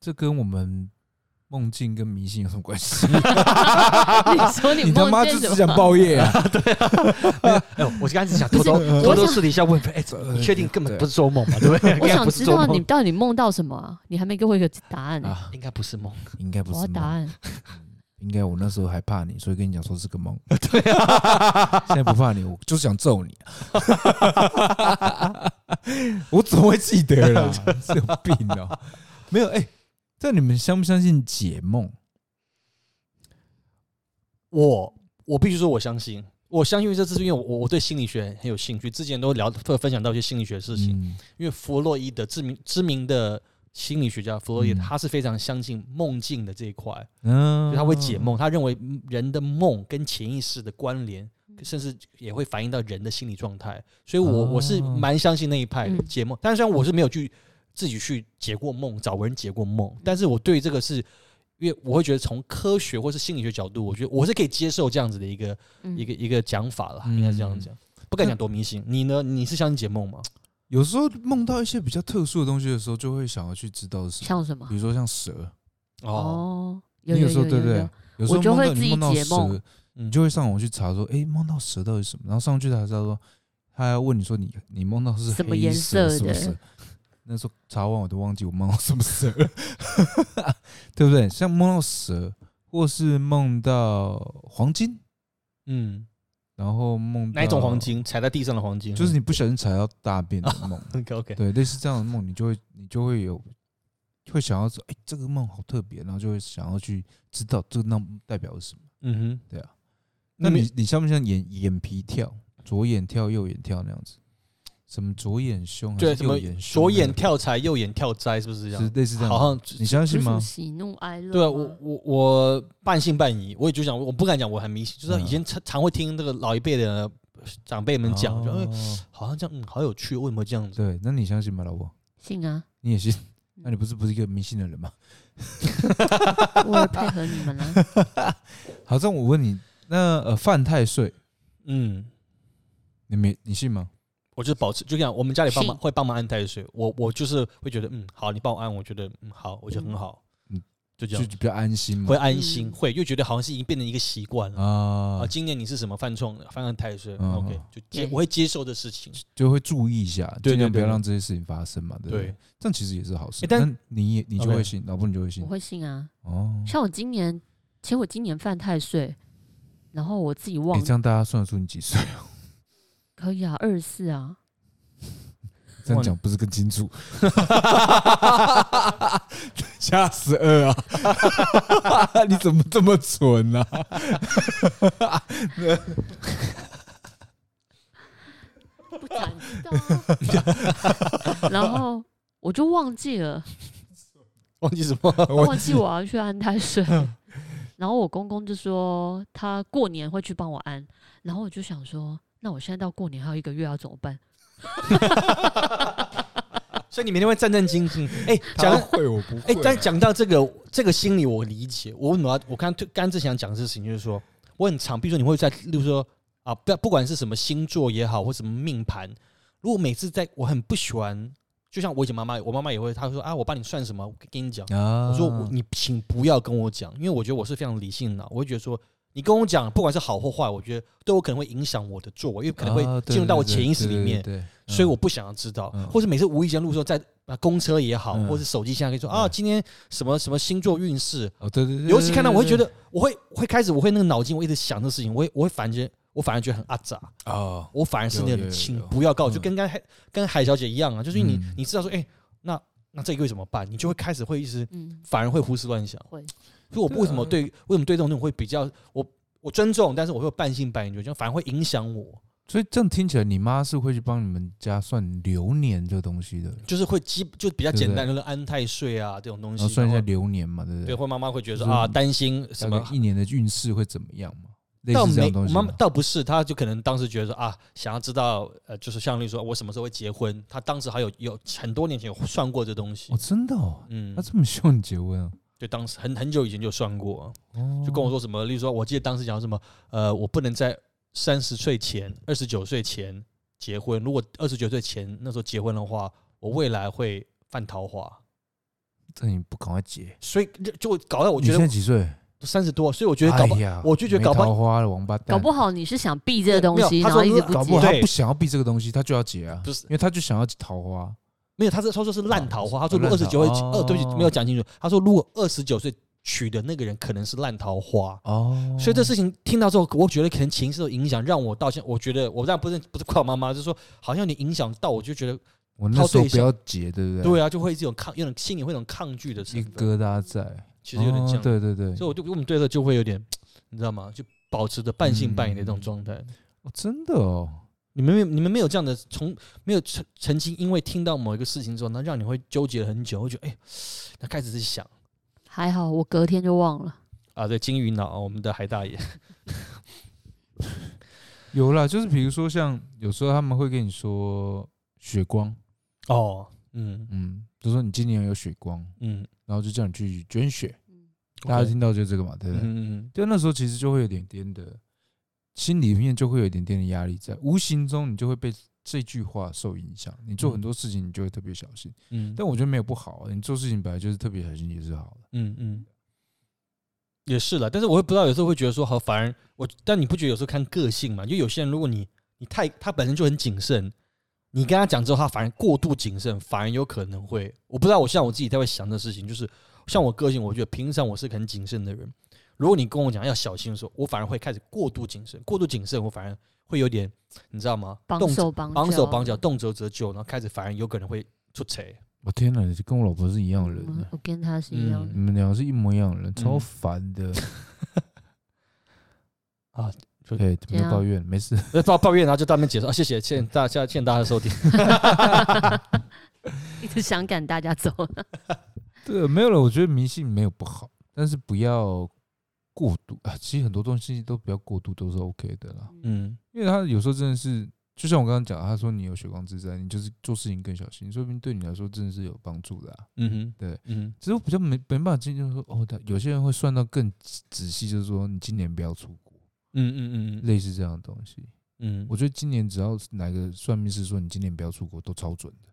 [SPEAKER 3] 这跟我们梦境跟迷信有什么关 系？
[SPEAKER 4] 你 说你
[SPEAKER 3] 你他妈
[SPEAKER 4] 梦
[SPEAKER 3] 就
[SPEAKER 4] 见
[SPEAKER 3] 只
[SPEAKER 4] 什
[SPEAKER 3] 想
[SPEAKER 4] 么？
[SPEAKER 3] 报业 啊！
[SPEAKER 2] 哎呦，我刚才只想偷偷偷偷私底下问，哎，怎么你确定根本不是做梦吧？对不对？
[SPEAKER 4] 我
[SPEAKER 2] 应该
[SPEAKER 4] 想
[SPEAKER 2] 不是
[SPEAKER 4] 知
[SPEAKER 2] 做
[SPEAKER 4] 道
[SPEAKER 2] 梦
[SPEAKER 4] 你到底梦到什么啊、你还没给我一个答案欸、
[SPEAKER 3] 啊，
[SPEAKER 2] 应该不是梦。
[SPEAKER 3] 应该不
[SPEAKER 4] 我要
[SPEAKER 3] 是
[SPEAKER 4] 答
[SPEAKER 3] 梦，
[SPEAKER 4] 案。
[SPEAKER 3] 应该我那时候还怕你，所以跟你讲说是个梦。
[SPEAKER 2] 对啊，
[SPEAKER 3] 现在不怕你，我就是想揍你。啊 我怎么会记得 啦？是有病哦、没有哎、这你们相不相信解梦？
[SPEAKER 2] 我我必须说，我相信，我相信这次是因为我我对心理学很有兴趣，之前都聊分分享到一些心理学的事情，
[SPEAKER 3] 嗯，
[SPEAKER 2] 因为弗洛伊德知名知名的心理学家弗洛伊德，
[SPEAKER 3] 嗯
[SPEAKER 2] 他是非常相信梦境的这一块。
[SPEAKER 3] 嗯
[SPEAKER 2] 就他会解梦，他认为嗯人的梦跟潜意识的关联，甚至也会反映到人的心理状态。所以我，我是
[SPEAKER 3] 哦
[SPEAKER 2] 蛮相信那一派的
[SPEAKER 4] 嗯
[SPEAKER 2] 解梦。但是虽然我是没有去自己去解过梦，找人解过梦，但是我对这个是。因为我会觉得从科学或是心理学角度，我觉得我是可以接受这样子的一个、
[SPEAKER 4] 嗯
[SPEAKER 2] 一个一个讲法了，
[SPEAKER 3] 嗯
[SPEAKER 2] 应该是这样讲，不敢讲多迷信。你呢？你是相信解梦吗？
[SPEAKER 3] 有时候梦到一些比较特殊的东西的时候，就会想要去知道是什么，
[SPEAKER 4] 像什么
[SPEAKER 3] 比？如说像蛇，
[SPEAKER 2] 哦，
[SPEAKER 4] 哦，有
[SPEAKER 3] 你
[SPEAKER 4] 有
[SPEAKER 3] 时候
[SPEAKER 4] 有
[SPEAKER 3] 对不
[SPEAKER 4] 有
[SPEAKER 3] 对
[SPEAKER 4] 有，？
[SPEAKER 3] 有时候
[SPEAKER 4] 我就
[SPEAKER 3] 梦
[SPEAKER 4] 会
[SPEAKER 3] 到
[SPEAKER 4] 自己
[SPEAKER 3] 你梦到
[SPEAKER 4] 解梦
[SPEAKER 3] 蛇，
[SPEAKER 2] 嗯
[SPEAKER 3] 你就会上网去查说，哎，梦到蛇到底是什么？然后上去才知道说，他要问你说你你梦到是
[SPEAKER 4] 什么
[SPEAKER 3] 黑
[SPEAKER 4] 颜
[SPEAKER 3] 蛇
[SPEAKER 4] 色
[SPEAKER 3] 什么
[SPEAKER 4] 的
[SPEAKER 3] 蛇？那时候查完我都忘记我梦到什么蛇了， 对不对？像梦到蛇，或是梦到黄金，
[SPEAKER 2] 嗯，哦
[SPEAKER 3] 然后梦
[SPEAKER 2] 哪一种
[SPEAKER 3] 到
[SPEAKER 2] 黄？金？踩在地上的黄金， 嗯
[SPEAKER 3] 就是 你不小心踩到大便的梦，
[SPEAKER 2] OK OK，
[SPEAKER 3] 对，类似这样的梦，你就会你就会有会想要说，哎、这个梦好特别，然后就会想要去知道这个梦代表了什么。
[SPEAKER 2] 嗯哼，
[SPEAKER 3] 对啊。
[SPEAKER 2] 那
[SPEAKER 3] 那
[SPEAKER 2] 你
[SPEAKER 3] 你你像不像眼眼皮跳，左眼跳右眼跳那样子？什么左眼凶还
[SPEAKER 2] 对
[SPEAKER 3] 是
[SPEAKER 2] 什么
[SPEAKER 3] 右眼凶？
[SPEAKER 2] 左眼，跳财，右眼跳灾，是不是这
[SPEAKER 3] 是
[SPEAKER 2] 样？
[SPEAKER 3] 类似这样。
[SPEAKER 2] 好像
[SPEAKER 3] 你相
[SPEAKER 4] 不是
[SPEAKER 3] 信
[SPEAKER 4] 什么
[SPEAKER 3] 吗？
[SPEAKER 4] 喜怒哀乐吗？
[SPEAKER 2] 对啊，我我我半信半疑，我也就想，我不敢讲我很迷信，就是
[SPEAKER 3] 嗯
[SPEAKER 2] 以前常常会听这个老一辈的长辈们讲，就哎
[SPEAKER 3] 哦
[SPEAKER 2] 好像这样，嗯，好有趣，为什么这样子？
[SPEAKER 3] 对，那你相信吗，老婆？
[SPEAKER 4] 信啊，
[SPEAKER 3] 你也信？
[SPEAKER 2] 嗯
[SPEAKER 3] 那你不是不是一个迷信的人吗？
[SPEAKER 4] 我也配合你们啊 了。
[SPEAKER 3] 好，这样我问你，那呃犯太岁，
[SPEAKER 2] 嗯，
[SPEAKER 3] 你没你信吗？
[SPEAKER 2] 我就保持，就讲我们家里帮忙
[SPEAKER 4] 信
[SPEAKER 2] 会帮忙按太岁，我我就是会觉得，嗯，好，你帮我按，我觉得嗯好，我觉得很好，嗯
[SPEAKER 3] 嗯，
[SPEAKER 2] 就这
[SPEAKER 3] 就
[SPEAKER 2] 样，
[SPEAKER 3] 比较安心嘛
[SPEAKER 2] 会。安心，
[SPEAKER 4] 嗯
[SPEAKER 2] 会又觉得好像是已经变成一个习惯了。
[SPEAKER 3] 啊
[SPEAKER 2] 啊，，今年你是什么犯冲犯按太岁
[SPEAKER 3] 嗯
[SPEAKER 2] ？OK，就接
[SPEAKER 4] 对
[SPEAKER 2] 我会接受的事情。
[SPEAKER 3] 就会注意一下，
[SPEAKER 2] 对
[SPEAKER 3] 尽量
[SPEAKER 2] 对
[SPEAKER 3] 不要
[SPEAKER 2] 对
[SPEAKER 3] 让这些事情发生嘛，对不
[SPEAKER 2] 对
[SPEAKER 3] 对？，这样其实也是好事
[SPEAKER 2] 诶。但
[SPEAKER 3] 那你也你就
[SPEAKER 2] OK
[SPEAKER 3] 会信，老婆你就会信
[SPEAKER 4] 我会信啊，
[SPEAKER 3] 哦。
[SPEAKER 4] 像我今年，其实我今年犯太岁，然后我自己忘
[SPEAKER 3] 诶这样大家算得出你几岁？
[SPEAKER 4] 可以啊，二十四啊，
[SPEAKER 3] 这样讲不是更清楚？吓死二啊！ 你怎么这么蠢啊？
[SPEAKER 4] 不敢知道啊、然后我就忘记了，
[SPEAKER 2] 忘记嗯什么？
[SPEAKER 4] 忘记我要去安太岁。 然后我公公就说他过年会去帮我安，然后我就想说，那我现在到过年还有一个月要怎么办？
[SPEAKER 2] 所以你每天会战战兢 兢。哎、讲
[SPEAKER 3] 他
[SPEAKER 2] 到
[SPEAKER 3] 会啊我不
[SPEAKER 2] 哎
[SPEAKER 3] 会，？
[SPEAKER 2] 但讲到这个这个心理，我理解。我为什么要？我刚刚刚之前想讲的事情就是说，我很常，比如说你会在，例如说啊，不要不管是什么星座也好，或什么命盘，如果每次在我很不喜欢，就像我以前妈妈，我妈妈也会，她会说啊，我帮你算什么，我跟你讲。
[SPEAKER 3] 啊，
[SPEAKER 2] 我说我你请不要跟我讲，因为我觉得我是非常理性的，我会觉得说你跟我讲，不管是好或坏，我觉得都有可能会影响我的作为，因为可能
[SPEAKER 3] 啊
[SPEAKER 2] 会
[SPEAKER 3] 对
[SPEAKER 2] 进入到我
[SPEAKER 3] 对对
[SPEAKER 2] 潜意识里面。
[SPEAKER 3] 对，对对嗯
[SPEAKER 2] 所以我不想要知道，
[SPEAKER 3] 嗯
[SPEAKER 2] 或是每次无意间路上在啊公车也好，
[SPEAKER 3] 嗯
[SPEAKER 2] 或是手机现在可以说啊
[SPEAKER 3] 嗯
[SPEAKER 2] 今天什么什么星座运势，
[SPEAKER 3] 哦对对对，
[SPEAKER 2] 尤其看到我会觉
[SPEAKER 3] 得
[SPEAKER 2] 得我会我会开始我会那个脑筋我一直想这事情，我会我会反觉我反而觉得很阿杂，
[SPEAKER 3] 哦，
[SPEAKER 2] 我反而是那
[SPEAKER 3] 有有
[SPEAKER 2] 种
[SPEAKER 3] 有
[SPEAKER 2] 请
[SPEAKER 3] 有
[SPEAKER 2] 不要告，
[SPEAKER 3] 嗯
[SPEAKER 2] 就跟刚才跟海小姐一样啊，就是你
[SPEAKER 3] 嗯
[SPEAKER 2] 你知道说哎、那那这个会怎么办，你就会开始会一直
[SPEAKER 4] 嗯，
[SPEAKER 2] 反而会胡思乱想，
[SPEAKER 4] 会
[SPEAKER 2] 所以我为什
[SPEAKER 3] 嗯
[SPEAKER 2] 么对为什么对这种东西会比较我我尊重，但是我会有半信半疑，就这样反而会影响我，
[SPEAKER 3] 所以这样听起来，你妈是会去帮你们家算流年这个东西的，
[SPEAKER 2] 就是会基就比较
[SPEAKER 3] 对对
[SPEAKER 2] 简单，就是安太岁啊这种东
[SPEAKER 3] 然
[SPEAKER 2] 西，
[SPEAKER 3] 后算一
[SPEAKER 2] 然后
[SPEAKER 3] 下流年嘛，对不
[SPEAKER 2] 对，
[SPEAKER 3] 对？
[SPEAKER 2] 或妈妈会觉得说
[SPEAKER 3] 就是
[SPEAKER 2] 啊，担心什
[SPEAKER 3] 大
[SPEAKER 2] 么
[SPEAKER 3] 概一年的运势会怎么样嘛？类
[SPEAKER 2] 倒
[SPEAKER 3] 似这
[SPEAKER 2] 没
[SPEAKER 3] 样东西
[SPEAKER 2] 妈
[SPEAKER 3] 吗
[SPEAKER 2] 妈倒不是，他就可能当时觉得说啊，想要知道呃，就是像例如说我什么时候会结婚，他当时还有有很多年前有算过这东西
[SPEAKER 3] 哦，，真的哦，
[SPEAKER 2] 嗯
[SPEAKER 3] 他，这么希望你结婚啊？
[SPEAKER 2] 就当时很很久以前就算过，
[SPEAKER 3] 哦
[SPEAKER 2] 就跟我说什么，例如说我记得当时讲什么，呃，我不能在三十岁前、二十九岁前结婚，如果二十九岁前那时候结婚的话，我未来会犯桃花，
[SPEAKER 3] 这你不赶快结？
[SPEAKER 2] 所以就就搞到我
[SPEAKER 3] 你
[SPEAKER 2] 觉
[SPEAKER 3] 现在
[SPEAKER 2] 得
[SPEAKER 3] 几岁？
[SPEAKER 2] 三十多，所以我觉得搞不
[SPEAKER 3] 哎呀
[SPEAKER 2] 我就觉得搞不好
[SPEAKER 3] 没桃花了，王八蛋，
[SPEAKER 4] 搞不好你是想避这个东
[SPEAKER 2] 没
[SPEAKER 4] 西，
[SPEAKER 2] 有他
[SPEAKER 4] 然
[SPEAKER 2] 说
[SPEAKER 4] 后一直不
[SPEAKER 3] 搞
[SPEAKER 4] 接
[SPEAKER 3] 不好。他
[SPEAKER 2] 对
[SPEAKER 3] 不想要避这个东西，他就要结啊，
[SPEAKER 2] 不是
[SPEAKER 3] 因为他就想要桃花。
[SPEAKER 2] 没有，他是他说是烂桃花，他说如果二
[SPEAKER 3] 烂
[SPEAKER 2] 十
[SPEAKER 3] 桃
[SPEAKER 2] 九岁，
[SPEAKER 3] 哦
[SPEAKER 2] 呃，对不起，没有讲清楚，他说如果二十九岁娶的那个人可能是烂桃花。
[SPEAKER 3] 哦
[SPEAKER 2] 所以这事情听到之后，我觉得可能情势有影响，让我到现在，我觉得我当然不是不是怪我妈妈，就是说好像你影响到，我就觉得
[SPEAKER 3] 我那时
[SPEAKER 2] 挑
[SPEAKER 3] 候
[SPEAKER 2] 对
[SPEAKER 3] 不
[SPEAKER 2] 象
[SPEAKER 3] 要结，对不对？
[SPEAKER 2] 对啊，就会一种抗，有种心里会有种抗拒的成
[SPEAKER 3] 一
[SPEAKER 2] 分，
[SPEAKER 3] 个疙瘩在，
[SPEAKER 2] 其实有点
[SPEAKER 3] 哦
[SPEAKER 2] 这样。
[SPEAKER 3] 对对对，
[SPEAKER 2] 所以我就我们对这就会有点，你知道吗？就保持着半信半疑的这种状态。
[SPEAKER 3] 哦真的哦，
[SPEAKER 2] 你们没有你们没有这样的从没有曾曾经因为听到某一个事情之后，那让你会纠结了很久，会觉得哎，那开始是想
[SPEAKER 4] 还好我隔天就忘了。
[SPEAKER 2] 啊，对，金鱼脑，我们的海大爷，
[SPEAKER 3] 有啦，就是比如说像有时候他们会跟你说血光，
[SPEAKER 2] 哦，嗯
[SPEAKER 3] 嗯，就说你今年有血光，
[SPEAKER 2] 嗯，
[SPEAKER 3] 然后就叫你去捐血，大
[SPEAKER 2] OK
[SPEAKER 3] 家听到就这个嘛，对
[SPEAKER 2] 嗯
[SPEAKER 3] 不对？
[SPEAKER 2] 嗯嗯，
[SPEAKER 3] 对，那时候其实就会有点点的，心里面就会有一点点的压力在，无形中你就会被这句话受影响，你做很多事情你就会特别小心。
[SPEAKER 2] 嗯，
[SPEAKER 3] 但我觉得没有不好，啊你做事情本来就是特别小心也是好的。
[SPEAKER 2] 嗯嗯，也是了。但是我会不知道，有时候会觉得说，好，反而我，但你不觉得有时候看个性嘛？就有些人，如果你你太他本身就很谨慎，你跟他讲之后，他反而过度谨慎，反而有可能会，我不知道，我像我自己在会想的事情，就是像我个性，我觉得平常我是个很谨慎的人。如果你跟我讲要小心的时候，我反而会开始过度谨慎，过度谨慎，我反而会有点，你知道吗？
[SPEAKER 4] 绑
[SPEAKER 2] 动
[SPEAKER 4] 手绑
[SPEAKER 2] 绑手绑
[SPEAKER 4] 脚，
[SPEAKER 2] 脚，动辄折旧，然后开始反而有可能会出 错。
[SPEAKER 3] 我天哪，你跟我老婆是一样的人呢、
[SPEAKER 4] 嗯我跟他是一样
[SPEAKER 3] 你们俩是一模一样的人，超
[SPEAKER 2] 嗯
[SPEAKER 3] 烦的。
[SPEAKER 2] 啊，就
[SPEAKER 3] 对，
[SPEAKER 4] 这
[SPEAKER 3] 没有
[SPEAKER 4] 样
[SPEAKER 3] 抱怨，没事。
[SPEAKER 2] 呃，抱抱怨，然后就当面解释啊，谢谢，谢谢大家，谢谢大家的收听。
[SPEAKER 4] 的，一直想赶 大家走。
[SPEAKER 3] 对，没有了。我觉得迷信没有不好，但是不要过度啊。其实很多东西都不要过度，都是 OK 的啦。
[SPEAKER 2] 嗯
[SPEAKER 3] 因为他有时候真的是，就像我刚刚讲的，他说你有血光之灾，你就是做事情更小心，说不定对你来说真的是有帮助的、啊。
[SPEAKER 2] 嗯哼，
[SPEAKER 3] 对，
[SPEAKER 2] 嗯
[SPEAKER 3] 只是我比较没没办法进，就是说哦，他有些人会算到更仔仔细，就是说你今年不要出国，
[SPEAKER 2] 嗯嗯嗯
[SPEAKER 3] 类似这样的东西。
[SPEAKER 2] 嗯
[SPEAKER 3] 我觉得今年只要是哪个算命师说你今年不要出国，都超准的。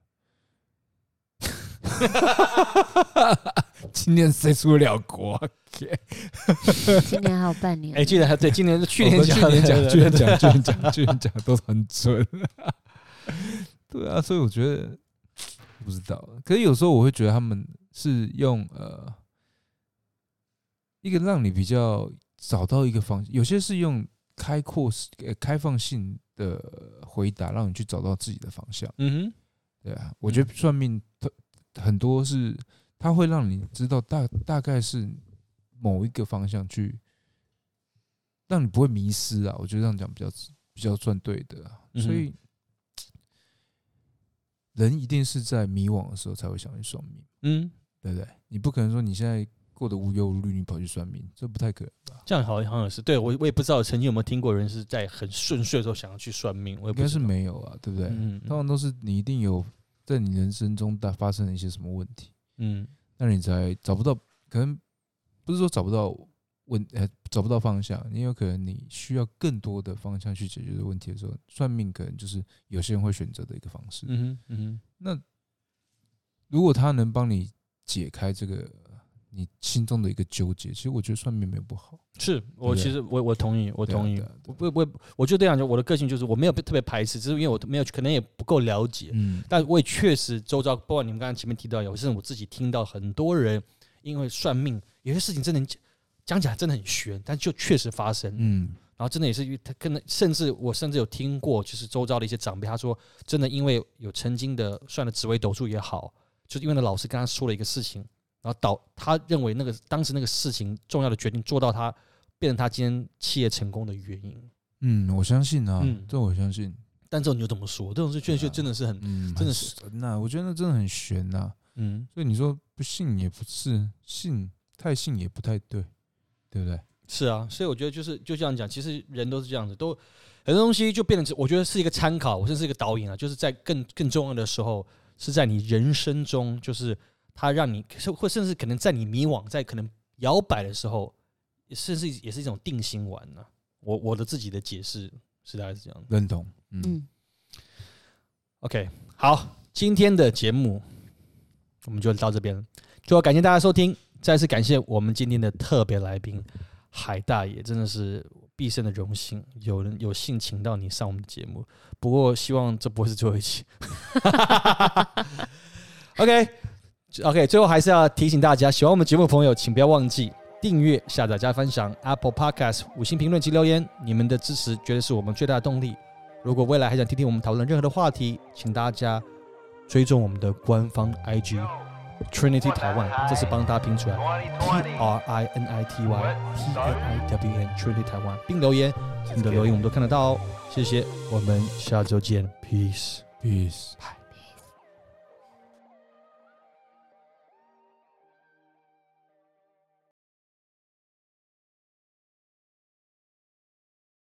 [SPEAKER 3] 今年谁出得了国、啊？
[SPEAKER 4] 今年还有半年，
[SPEAKER 2] 嗯，哎，记得还对，今年 是去年
[SPEAKER 3] 我
[SPEAKER 2] 讲
[SPEAKER 3] 去
[SPEAKER 2] 的，
[SPEAKER 3] 年讲，
[SPEAKER 2] 对
[SPEAKER 3] 去年， 讲，去年讲，去年讲都很准。 对啊，所以我觉得不知道，可是有时候我会觉得他们是用呃一个让你比较找到一个方，有些是用开阔、呃开放性的回答，让你去找到自己的方向。
[SPEAKER 2] 嗯
[SPEAKER 3] 对啊，我觉得算命它很多是它会让你知道大大概是某一个方向去，让你不会迷失啊。我觉得这样讲比较比较算对的、啊，
[SPEAKER 2] 嗯哼
[SPEAKER 3] 所以人一定是在迷惘的时候才会想去算命，
[SPEAKER 2] 哼，嗯，
[SPEAKER 3] 对不对？你不可能说你现在过得无忧无虑，你跑去算命，这不太可能吧？
[SPEAKER 2] 这样好像也是，对我我也不知道曾经有没有听过人是在很顺遂的时候想要去算命，我也
[SPEAKER 3] 应
[SPEAKER 2] 不
[SPEAKER 3] 该
[SPEAKER 2] 知
[SPEAKER 3] 是
[SPEAKER 2] 道，
[SPEAKER 3] 没有啊，对不对？
[SPEAKER 2] 嗯
[SPEAKER 3] 通常都是你一定有在你人生中大发生了一些什么问题。
[SPEAKER 2] 嗯
[SPEAKER 3] 那你才找不到，可能不是说找不到问，呃，找不到方向，也有可能你需要更多的方向去解决的问题的时候，算命可能就是有些人会选择的一个方式。
[SPEAKER 2] 嗯哼嗯哼，
[SPEAKER 3] 那如果他能帮你解开这个呃你心中的一个纠结，其实我觉得算命没有不好。
[SPEAKER 2] 是我
[SPEAKER 3] 对不对
[SPEAKER 2] 其实我我同意，我
[SPEAKER 3] 对啊
[SPEAKER 2] 同意
[SPEAKER 3] 对啊，
[SPEAKER 2] 我我我我就这样讲，我的个性就是我没有特别排斥，只是因为我没有可能也不够了解，
[SPEAKER 3] 嗯，
[SPEAKER 2] 但我也确实周遭，包括你们刚刚前面提到，有甚至我自己听到很多人因为算命，有些事情真的很讲起来真的很玄，但就确实发生。
[SPEAKER 3] 嗯，
[SPEAKER 2] 然后真的也是因为他可能，甚至我甚至有听过，就是周遭的一些长辈，他说真的因为有曾经的算的紫微斗数也好，就是因为那老师跟他说了一个事情，然后导他认为那个当时那个事情重要的决定做到他变成他今天企业成功的原因。
[SPEAKER 3] 嗯，我相信啊
[SPEAKER 2] 嗯，
[SPEAKER 3] 这我相信，
[SPEAKER 2] 但这种你又怎么说？这种事确实
[SPEAKER 3] 对啊
[SPEAKER 2] 真的是很
[SPEAKER 3] 嗯，
[SPEAKER 2] 真的
[SPEAKER 3] 很
[SPEAKER 2] 是
[SPEAKER 3] 神呐、我觉得那真的很啊悬呐、
[SPEAKER 2] 嗯，
[SPEAKER 3] 所以你说不信也不是，信太信也不太对，对不对？
[SPEAKER 2] 是啊，所以我觉得就是就这样讲，其实人都是这样子，都很多东西就变成是我觉得是一个参考，我甚至是一个导引啊，就是在更更重要的时候，是在你人生中，就是它让你或甚至可能在你迷惘、在可能摇摆的时候，甚至也是一种定心丸呢、我我的自己的解释是大概是这样的。
[SPEAKER 3] 认同，嗯，
[SPEAKER 4] 嗯，
[SPEAKER 2] OK，好，今天的节目我们就到这边了，就要感谢大家收听，再次感谢我们今天的特别来宾海大爷，真的是毕生的荣幸，有人有幸请到你上我们的节目，不过希望这不会是最后一期。OK。OK，最后还是要提醒大家，喜欢我们节目的朋友，请不要忘记订阅、下载加分享 Apple Podcast 五星评论及留言，你们的支持绝对是我们最大的动力。如果未来还想听听我们讨论任何的话题，请大家追踪我们的官方 IG Trinity 台湾，这是帮大家拼出来 T R I N I T Y T A I W N Trinity 台湾，并留言，你的留言我们都看得到哦。谢谢，我们下周见，Peace。
[SPEAKER 3] peace。
[SPEAKER 2] 拜